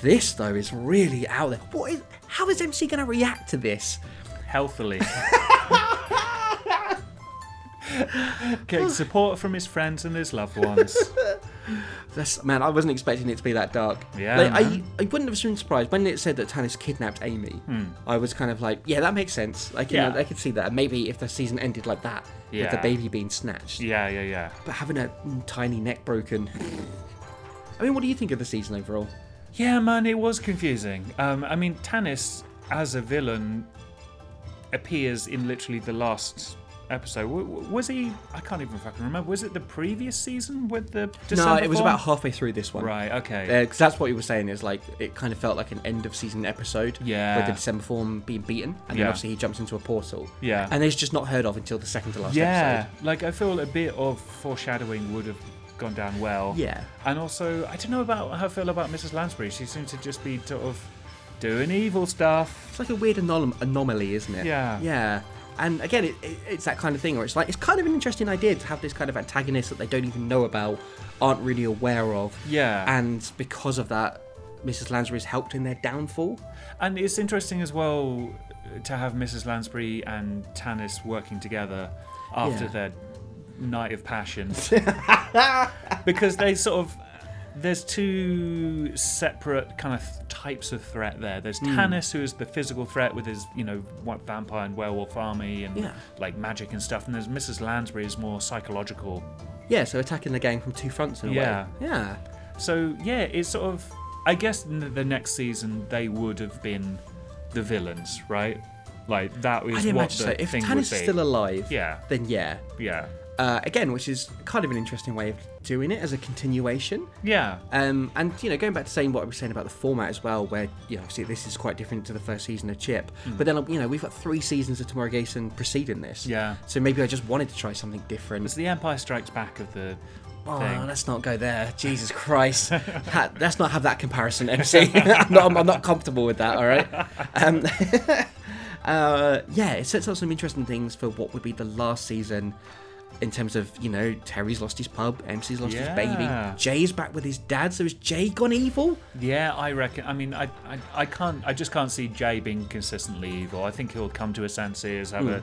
A: This though is really out there. What is? How is MC going to react to this? [laughs]
B: healthily. Getting support from his friends and his loved ones.
A: [laughs] That's man, I wasn't expecting it to be that dark.
B: Yeah,
A: Like, I
B: man.
A: I wouldn't have been surprised when it said that Tannis kidnapped Amy. I was kind of like, yeah, that makes sense. Like, you
B: Hmm. Yeah.
A: know, I could see that. Maybe if the season ended like that, with the
B: Yeah.
A: baby being snatched,
B: Yeah, yeah, yeah.
A: but having a tiny neck broken. I mean, what do you think of the season overall?
B: Yeah, man, it was confusing. Um, I mean, Tanis as a villain appears in literally the last episode. W- w- was he? I can't even fucking remember. Was it the previous season with the? December
A: no, it was
B: form?
A: about halfway through this one.
B: Right. Okay.
A: Because Uh, that's what you were saying is like it kind of felt like an end of season episode.
B: Yeah.
A: With the December form being beaten, and then
B: Yeah.
A: obviously he jumps into a portal.
B: Yeah.
A: And it's just not heard of until the second to last
B: yeah.
A: episode.
B: Like I feel a bit of foreshadowing would have gone down well.
A: Yeah.
B: And also, I don't know about how I feel about Mrs. Lansbury. She seems to just be sort of doing evil stuff.
A: It's like a weird anom- anomaly, isn't it?
B: Yeah.
A: Yeah. And again, it, it, it's that kind of thing where it's like it's kind of an interesting idea to have this kind of antagonist that they don't even know about, aren't really aware of.
B: Yeah.
A: And because of that, Mrs. Lansbury's helped in their downfall.
B: And it's interesting as well to have Mrs. Lansbury and Tanis working together after
A: Yeah.
B: their night
A: [laughs]
B: of passion. because they sort of. There's two separate kind of th- types of threat there. There's
A: Hmm.
B: Tanis, who is the physical threat with his, you know, what vampire and werewolf army and
A: Yeah.
B: like magic and stuff. And there's Mrs. Lansbury is more psychological.
A: Yeah, so attacking the gang from two fronts in a
B: Yeah.
A: way. Yeah.
B: So yeah, it's sort of. I guess n- the next season they would have been the villains, right? Like that
A: I
B: is
A: didn't
B: what
A: imagine
B: the
A: so. If
B: thing
A: Tannis
B: would
A: is
B: be.
A: still alive,
B: yeah,
A: then yeah.
B: yeah,
A: Uh, again, which is kind of an interesting way of doing it as a continuation.
B: yeah,
A: Um, and you know, going back to saying what I was saying about the format as well, where you know, obviously this is quite different to the first season of Chip,
B: Hmm.
A: but then you know we've got three seasons of Tomorrow Gason preceding this.
B: Yeah.
A: So maybe I just wanted to try something different.
B: It's the Empire Strikes Back of the
A: Oh,
B: thing.
A: let's not go there. Jesus
B: [laughs]
A: Christ. Ha- let's not have that comparison, MC. [laughs] I'm, not, I'm not comfortable with that, all right? Um, [laughs] uh, yeah, it sets up some interesting things for what would be the last season in terms of, you know, Terry's lost his pub, MC's lost
B: Yeah.
A: his baby, Jay's back with his dad, so is Jay gone evil?
B: Yeah, I reckon. I mean, I, I, I can't. I just can't see Jay being consistently evil. I think he'll come to his senses, have
A: Hmm.
B: a,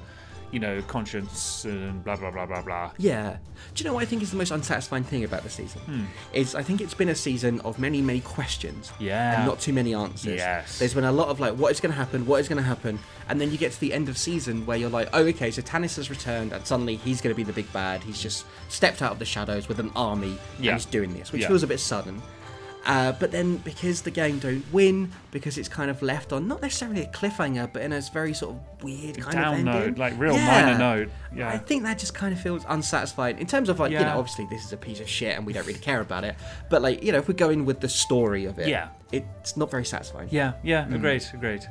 B: you know, conscience and blah blah blah blah blah.
A: Yeah. Do you know what I think is the most unsatisfying thing about the season?
B: Hmm.
A: Is I think it's been a season of many, many questions.
B: Yeah.
A: And not too many answers.
B: Yes.
A: There's been a lot of like, what is going to happen? What is going to happen? And then you get to the end of season where you're like, oh, okay, so Tannis has returned and suddenly he's going to be the big bad. He's just stepped out of the shadows with an army
B: Yeah.
A: and he's doing this, which
B: Yeah.
A: feels a bit sudden. Uh, but then because the game don't win, because it's kind of left on not necessarily a cliffhanger, but in a very sort of weird kind of
B: Down note,
A: ending.
B: like real minor note. Yeah.
A: I think that just kind of feels unsatisfying in terms of like you
B: Yeah.
A: know obviously this is a piece of shit and we don't really care about it, but like you know if we're going with the story of it,
B: Yeah.
A: it's not very satisfying.
B: Yeah,
A: Hmm.
B: yeah, agreed, agreed.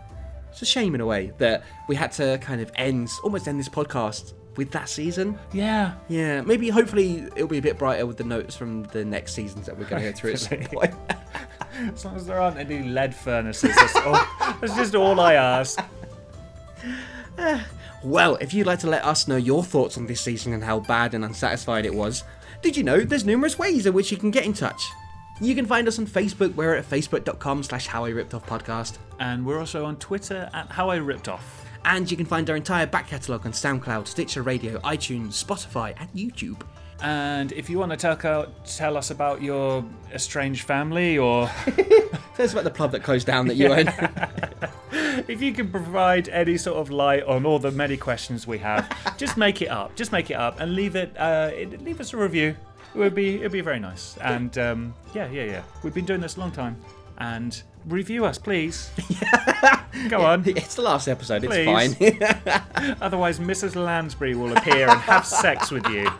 A: It's a shame in a way that we had to kind of end almost end this podcast with that season.
B: Yeah,
A: Yeah, maybe hopefully it'll be a bit brighter with the notes from the next seasons that we're going to go through at some point.
B: As long as there aren't any lead furnaces, that's, all, [laughs] that's just all I ask.
A: Well, if you'd like to let us know your thoughts on this season and how bad and unsatisfying it was, did you know there's numerous ways in which you can get in touch? You can find us on Facebook, we're at facebook.com slash how I ripped off podcast.
B: And we're also on Twitter at How I Ripped Off.
A: And you can find our entire back catalogue on SoundCloud, Stitcher Radio, iTunes, Spotify, and YouTube.
B: And if you want to tell, co- tell us about your estranged family, or
A: Tell us about the pub that closed down that you own.
B: if you can provide any sort of light on all the many questions we have, just make it up. Just make it up and leave it. Uh, it- leave us a review. It would be it'd be very nice. And um, yeah, yeah, yeah. We've been doing this a long time. And review us, please. Go on.
A: [laughs] it's the last episode,
B: Please.
A: it's fine.
B: Otherwise, Mrs. Lansbury will appear and have sex with you.